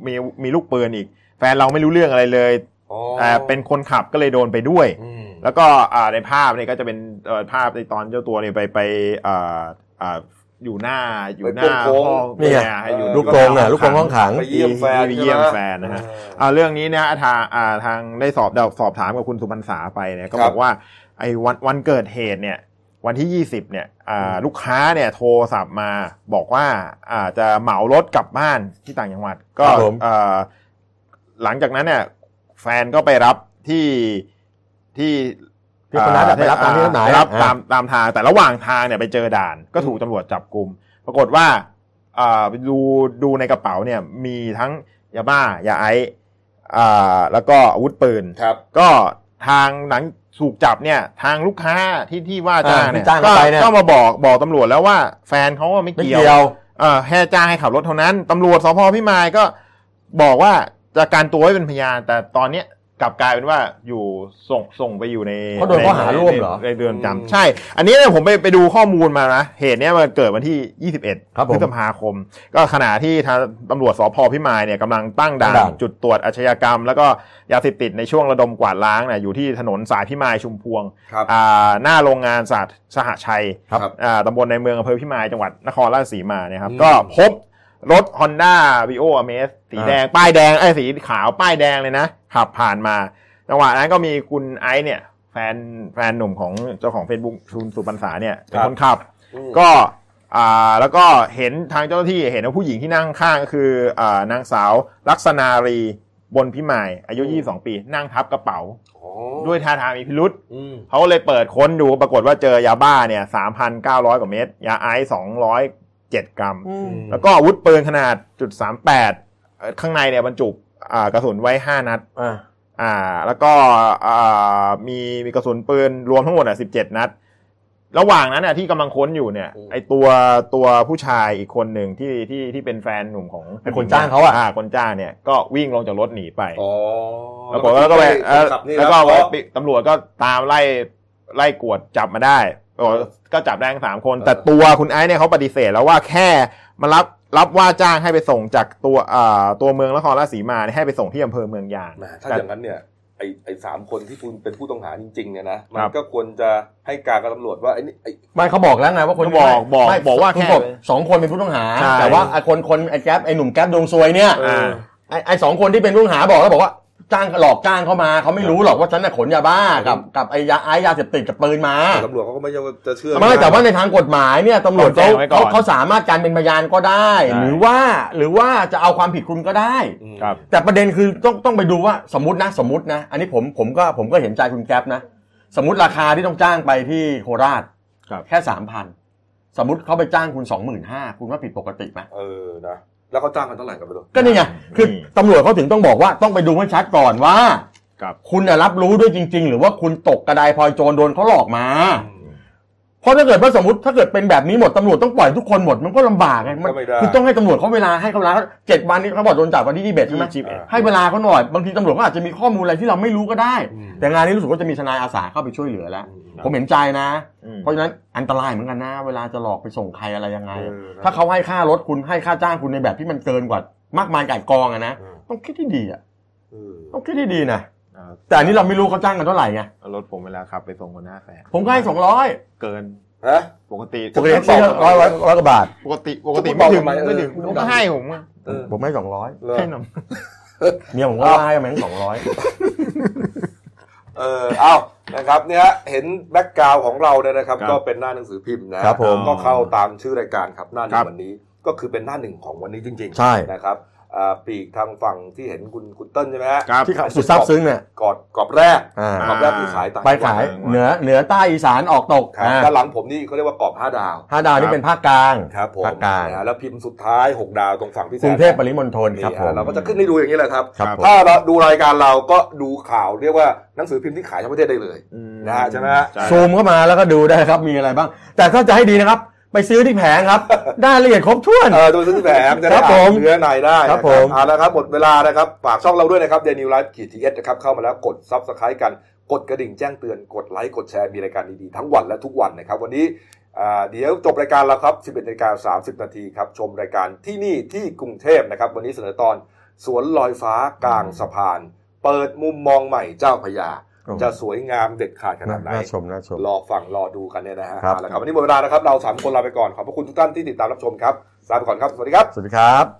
[SPEAKER 5] มีมีลูกปืนอีก แฟนเราไม่รู้เรื่องอะไรเลย
[SPEAKER 4] อ๋อ
[SPEAKER 5] แต่เป็นคนขับก็เลยโดนไปด้วย
[SPEAKER 4] อืม
[SPEAKER 5] แล้วก็อ่าในภาพเนี่ยก็จะเป็นเอ่อภาพในตอนเจ้าตัวเนี่ยไปไปอ่าอ่าอยู่หน้าอยู่หน้า
[SPEAKER 4] ไปโกง
[SPEAKER 5] ห้อง
[SPEAKER 2] นี่ไง
[SPEAKER 5] เยอยู่
[SPEAKER 2] ลูกกรงอ่ะลูกกรงห้องขัง
[SPEAKER 4] ไปเยี่ยมแฟน
[SPEAKER 5] ไปเยี่ยม
[SPEAKER 4] ใช่ไหม
[SPEAKER 5] แฟนนะฮะ
[SPEAKER 4] อ่า
[SPEAKER 5] อ่าเรื่องนี้เนะทางอ่าทางได้สอบสอบถามกับคุณสุพรรษาไปเนี่ยก็
[SPEAKER 4] ครับ
[SPEAKER 5] บอกว่าไอ้วันวันเกิดเหตุเนี่ยวันที่ 20เนี่ยอ่าลูกค้าเนี่ยโทรศัพท์มาบอกว่าอ่าจะเหมารถกลับบ้านที่ต่างจังหวัดก็
[SPEAKER 2] ครับผม
[SPEAKER 5] อ่าหลังจากนั้นเนี่ยแฟนก็ไปรับที่ที่
[SPEAKER 2] ที่คนนั้นอะ
[SPEAKER 5] อ่
[SPEAKER 2] ไปรับตามที่นัดหมาย
[SPEAKER 5] ไปรับ
[SPEAKER 2] อ่า
[SPEAKER 5] ตามตามทางแต่ระหว่างทางเนี่ยไปเจอด่านก็ถูกตำรวจจับกลุ่มปรากฏว่า อ่าดูดูในกระเป๋าเนี่ยมีทั้งยาบ้ายาไอซ์อ่าแล้วก็อาวุธปืน
[SPEAKER 4] ครับ
[SPEAKER 5] ก็ทางหนังถูกจับเนี่ยทางลูกค้าที่ที่ว่าจ้าง
[SPEAKER 2] อ่าที่
[SPEAKER 5] เนี่ย
[SPEAKER 2] จ้าง
[SPEAKER 5] ก็
[SPEAKER 2] เข้าไปเนี่ย
[SPEAKER 5] ก็มาบอกบอกตำรวจแล้วว่าแฟนเขาอะไม่
[SPEAKER 2] ไม่
[SPEAKER 5] เกี่ยว
[SPEAKER 2] เกี่ยว
[SPEAKER 5] เอ่อแค่จ้างให้ขับรถเท่านั้นตำรวจสพพิมายก็บอกว่าจะการตัวไว้เป็นพยานแต่ตอนเนี้ย กลับกลายเป็นว่าอยู่ส่งส่งไปอยู่ใน
[SPEAKER 2] เขาโดนข้อหาร่วมเหรอ
[SPEAKER 5] ในในเดือน
[SPEAKER 4] อืม
[SPEAKER 5] จำใช่ อันนี้เนี่ยผมไปไปดูข้อมูลมานะ เหตุเนี้ยมันเกิดวันที่ 21
[SPEAKER 2] ครับผม
[SPEAKER 5] พฤษภาคม ก็ขณะที่ทางตำรวจสพพิมายเนี่ยกำลังตั้งด่า
[SPEAKER 2] ตั้ง
[SPEAKER 5] น
[SPEAKER 2] ด่าน
[SPEAKER 5] จุดตรวจอาชญากรรม แล้วก็ยาเสพติดในช่วงระดมกวาดล้างเนี่ยอยู่ที่ถนนสายพิมายชุมพวง
[SPEAKER 4] ครับ
[SPEAKER 5] อ่าหน้าโรงงานสาสหชัย
[SPEAKER 4] ครับ
[SPEAKER 5] อ่าตำบลในเมืองอำเภอพิมายจังหวัดนครราชสีมาเนี่ยครับ
[SPEAKER 4] อืม
[SPEAKER 5] ก็พบรถ Honda v i o a m a z สีแดง ป้ายแดงไอ้ยสีขาวป้ายแดงเลยนะ ขับผ่านมา จังหวะนั้นก็มีคุณไอซ์เนี่ย แฟนแฟนหนุ่มของเจ้าของ Facebook ชุนสุปันษาเนี่ย เป็นคนขับ
[SPEAKER 4] ก็
[SPEAKER 5] ก็อ่าแล้วก็เห็นทางเจ้าหน้าที่เห็นว่าผู้หญิงที่นั่งข้างก็คืออ่านางสาวลักษณารีบนพิมาย อายุ
[SPEAKER 4] อืม
[SPEAKER 5] 22 ปี นั่งทับกระเป๋า ด้วยท่าทางมีพิรุษ
[SPEAKER 4] อืม
[SPEAKER 5] เขาเลยเปิดค้นดูปรากฏว่าเจอยาบ้าเนี่ยสามพันเก้าร้อยกว่าเม็ดยาไอซ์สองร้อยเจ็ดกรัม แล้วก็อาวุธปืนขนาดจุดสามแปดข้างในเนี่ยบรรจุอ่ากระสุนไว้ห้านัด
[SPEAKER 2] อ่า
[SPEAKER 5] อ่า แล้วก็อ่ามีมีกระสุนปืนรวมทั้งหมดอ่ะสิบเจ็ดนัด ระหว่างนั้นน่ะที่กำลังค้นอยู่เนี่ย ไอตัวตัวผู้ชายอีกคนหนึ่งที่ที่ที่เป็นแฟนหนุ่มของ
[SPEAKER 2] ไอ้คนจ้างเขาอะ
[SPEAKER 5] คนจ้างเนี่ยก็วิ่งลงจากรถหนีไป
[SPEAKER 4] อ๋อ
[SPEAKER 5] ปรากฏว่าก็ไปเอ่อ
[SPEAKER 4] ขับนี่
[SPEAKER 5] แล้วก็
[SPEAKER 4] รับ
[SPEAKER 5] ไปตำรวจก็ตามไล่ไล่กวดจับมาได้ปรากฏว่าก็จับได้ทั้งสามคน แต่ตัวคุณไอซ์เนี่ยเขาปฏิเสธแล้วว่าแค่มารับรับว่าจ้างให้ไปส่งจากตัวเอ่อตัวเมืองนครราชสีมาเนี่ยให้ไปส่งที่อำเภอเมืองยาง
[SPEAKER 4] แหมถ้าอย่างนั้นเนี่ย ไอ้ไอ้สามคนที่คุณเป็นผู้ต้องหาจริงๆเนี่ยนะ มั
[SPEAKER 5] ครั
[SPEAKER 4] น
[SPEAKER 5] บ
[SPEAKER 4] ก็ควรจะให้การกับตำรวจว่าไอ้นี่ไอ้
[SPEAKER 2] ไม่เขาบอกแล้วไงว่าคน
[SPEAKER 5] ก็บอกบอก
[SPEAKER 2] ไม่
[SPEAKER 5] บอกว่า
[SPEAKER 2] คุณ
[SPEAKER 5] แค่
[SPEAKER 2] บสองคนเป็นผู้ต้องหา
[SPEAKER 5] ใช่
[SPEAKER 2] แต่ว่าไอ้คนคนไอ้แก๊ปไอ้หนุ่มแก๊ปดวงซวยเนี่ย
[SPEAKER 5] อ่า
[SPEAKER 2] ไอ้ไอ้สองคนที่เป็นผู้ต้องหาบอกแล้วบอกว่าจ้างหลอกจ้างเขามาเขาไม่รู้หรอกว่าฉันน่ะขนยาบ้ากับกับไอ้ยาไอ้ยาเสพติดกับปืนมา
[SPEAKER 4] แต่ตำรวจเขาก็ไม่ใช่ว่าจะเชื่อ
[SPEAKER 2] ไม่แต่ว่าในทางกฎหมายเนี่ยตำรวจเขา
[SPEAKER 5] ต้องแจ้งไว้ก่อน
[SPEAKER 2] เขาเขาสามารถการเป็นพยานก็ได้
[SPEAKER 5] ใช่
[SPEAKER 2] หรือว่าหรือว่าจะเอาความผิดคุณก็ได้
[SPEAKER 4] อืม
[SPEAKER 5] ครับ
[SPEAKER 2] แต่ประเด็นคือต้องต้องไปดูว่าสมมตินะสมมตินะ อันนี้ผมผมก็ผมก็เห็นใจคุณแก๊ปนะ สมมติราคาที่ต้องจ้างไปที่โคราช
[SPEAKER 5] ครับ
[SPEAKER 2] แค่สามพันสมมติเขาไปจ้างคุณสองหมื่นห้าคุณว่าผิดปกติไหม
[SPEAKER 4] เออ นะ แล้วเขาจ้างกันเท่าไหร่กันไปดู
[SPEAKER 2] ก็นี่ไงคือ
[SPEAKER 5] นี่
[SPEAKER 2] ตำรวจเขาถึงต้องบอกว่าต้องไปดูให้ชัดก่อนว่า
[SPEAKER 5] ครับ
[SPEAKER 2] คุณน่ะรับรู้ด้วยจริง ๆ หรือว่าคุณตกกระไดพลอยโจรโดนเขาหลอกมา เพราะถ้าเกิดว่าสมมติถ้าเกิดเป็นแบบนี้หมดตำรวจต้องปล่อยทุกคนหมดมันก็ลำบากไงมัน
[SPEAKER 4] ก็ไม่ได้
[SPEAKER 2] คือต้องให้ตำรวจเขาเวลาให้เขาเวลาเจ็ดวันนี้เขาบอกโดนจับวันที่ยี่สิบเอ็ดใช่ไหม
[SPEAKER 5] 21
[SPEAKER 4] อ่า
[SPEAKER 2] ให้เวลาเขาหน่อยบางทีตำรวจก็อาจจะมีข้อมูลอะไรที่เราไม่รู้ก็ได้
[SPEAKER 4] อืม
[SPEAKER 2] แต่งานนี้รู้สึกว่าจะมีทนายอาสาเข้าไปช่วยเหลือแล้ว ผมเห็นใจนะ
[SPEAKER 5] อืม
[SPEAKER 2] เพราะฉะนั้นอันตรายเหมือนกันนะเวลาจะหลอกไปส่งใครอะไรยังไง
[SPEAKER 4] เออนะ
[SPEAKER 2] ถ้าเขาให้ค่ารถคุณให้ค่าจ้างคุณในแบบที่มันเกินกว่ามากมายก่ายกองอะนะ
[SPEAKER 4] อืม
[SPEAKER 2] ต้องคิดที่ดีอะ
[SPEAKER 4] เออ
[SPEAKER 2] ต้องคิดที่ดีนะ
[SPEAKER 5] อ่า
[SPEAKER 2] แต่อันนี้เราไม่รู้เขาจ้างกันเท่าไหร่ไง
[SPEAKER 5] รถผมเวลาขับไปส่งคนหน้าแสน
[SPEAKER 2] ผมก็ให้สองร้อย
[SPEAKER 5] เกิน
[SPEAKER 4] ฮะ
[SPEAKER 5] ปกติ
[SPEAKER 2] ปกติสี่ร้อยร้อยร้อยกว่าบาท
[SPEAKER 5] ปกติปกติไม่ถึง
[SPEAKER 4] จะบอกทำไมเออ
[SPEAKER 5] ไม่ถึง
[SPEAKER 4] คุณต้
[SPEAKER 5] ก็
[SPEAKER 4] อง
[SPEAKER 5] ให้ผมอะ
[SPEAKER 4] เออ
[SPEAKER 2] ผมให้สองร้อย
[SPEAKER 4] เหรอ
[SPEAKER 5] ให้หน่อย
[SPEAKER 2] เมียผมก็ว่าให้แม่งสองร้อย
[SPEAKER 4] เออเอานะครับเนี่ยเห็นแบ็กกราวของเราเนี่ยนะครับ
[SPEAKER 5] ครับ
[SPEAKER 4] ก็เป็นหน้าหนังสือพิมพ์นะครับ
[SPEAKER 2] ผม
[SPEAKER 4] ก็เข้าตามชื่อรายการครับหน้าหนึ่
[SPEAKER 5] ครั
[SPEAKER 4] ง
[SPEAKER 5] บ
[SPEAKER 4] วันนี้ก็คือเป็นหน้าหนึ่งของวันนี้จริงๆ
[SPEAKER 2] ใช่
[SPEAKER 4] นะครับอ่าปีกทางฝั่งที่เห็นคุณคุณเติ้ลใช่ไหมฮะ
[SPEAKER 5] ครับ
[SPEAKER 2] ที่สุดซาบซึ้งเนี่ย
[SPEAKER 4] กอดกรอบแรก
[SPEAKER 2] อ่าก
[SPEAKER 4] รอบแรกที่ขายต่าง
[SPEAKER 2] ไปขายเหนือเหนือใต้อีสานออกตก
[SPEAKER 4] ครับ
[SPEAKER 2] อ่า
[SPEAKER 4] ด้านหลังผมนี่เขาเรียกว่ากรอบห้าดาว
[SPEAKER 2] ห้าดาวนี่เป็นภาคกลาง
[SPEAKER 4] ครับผม
[SPEAKER 2] ภาคกลาง
[SPEAKER 4] นะฮะแล้วพิมพ์สุดท้ายหกดาวตรงฝั่งพี่แซ
[SPEAKER 2] กรุง
[SPEAKER 4] ม
[SPEAKER 2] เทพปริมณฑลครับ
[SPEAKER 4] นี่
[SPEAKER 2] ผม
[SPEAKER 4] ฮะเราก็จะขึ้นให้ดูอย่างนี้แหละครับ
[SPEAKER 2] ครับผม
[SPEAKER 4] ถ้าเราดูรายการเราก็ดูข่าวเรียกว่าหนังสือพิมพ์ที่ขายทั้งประเทศได้เลย
[SPEAKER 5] อืม
[SPEAKER 4] นะฮะใช่ไหมฮะ
[SPEAKER 5] ใช่
[SPEAKER 2] ซูมเข้ามาแล้วก็ดูได้ครับมีอะไรบ้าง แต่ถ้าจะให้ดีนะครับ ไปซื้อที่แผงครับ ได้ละเอียดครบถ้วน
[SPEAKER 4] เออโดยซื้อแผงจะได้
[SPEAKER 2] ครับ
[SPEAKER 4] อ่าน
[SPEAKER 2] ผม
[SPEAKER 4] เนื้อในได้นะครับ
[SPEAKER 2] ผม
[SPEAKER 4] เอาละครับหมดเวลานะครับฝากช่องเราด้วยนะครับเดนิวไลฟ์ขีดทีเอสนะครับเข้ามาแล้วกดซับสไครต์กันกดกระดิ่งแจ้งเตือนกดไลค์กดแชร์มีรายการดีๆทั้งวันและทุกวันนะครับวันนี้อ่าเดี๋ยวจบรายการแล้วครับ 11นาฬิกา30 นาทีครับชมรายการที่นี่ที่กรุงเทพนะครับวันนี้เสนอตอนสวนลอยฟ้ากลางสะพาน เปิดมุมมองใหม่เจ้าพระยา จะสวยงามเด็ดขาดขนาดไหน
[SPEAKER 2] น่าชมน่าชม
[SPEAKER 4] รอฟังรอดูกันเนี่ยนะฮะ
[SPEAKER 2] ครับ
[SPEAKER 4] เอาละครับวันนี้หมดเวลานะครับ เราสามคนลาไปก่อน ขอบพระคุณทุกท่านที่ติดตามรับชมครับลาไปก่อนครับ สวัสดีครับ
[SPEAKER 2] สวัสดีครับ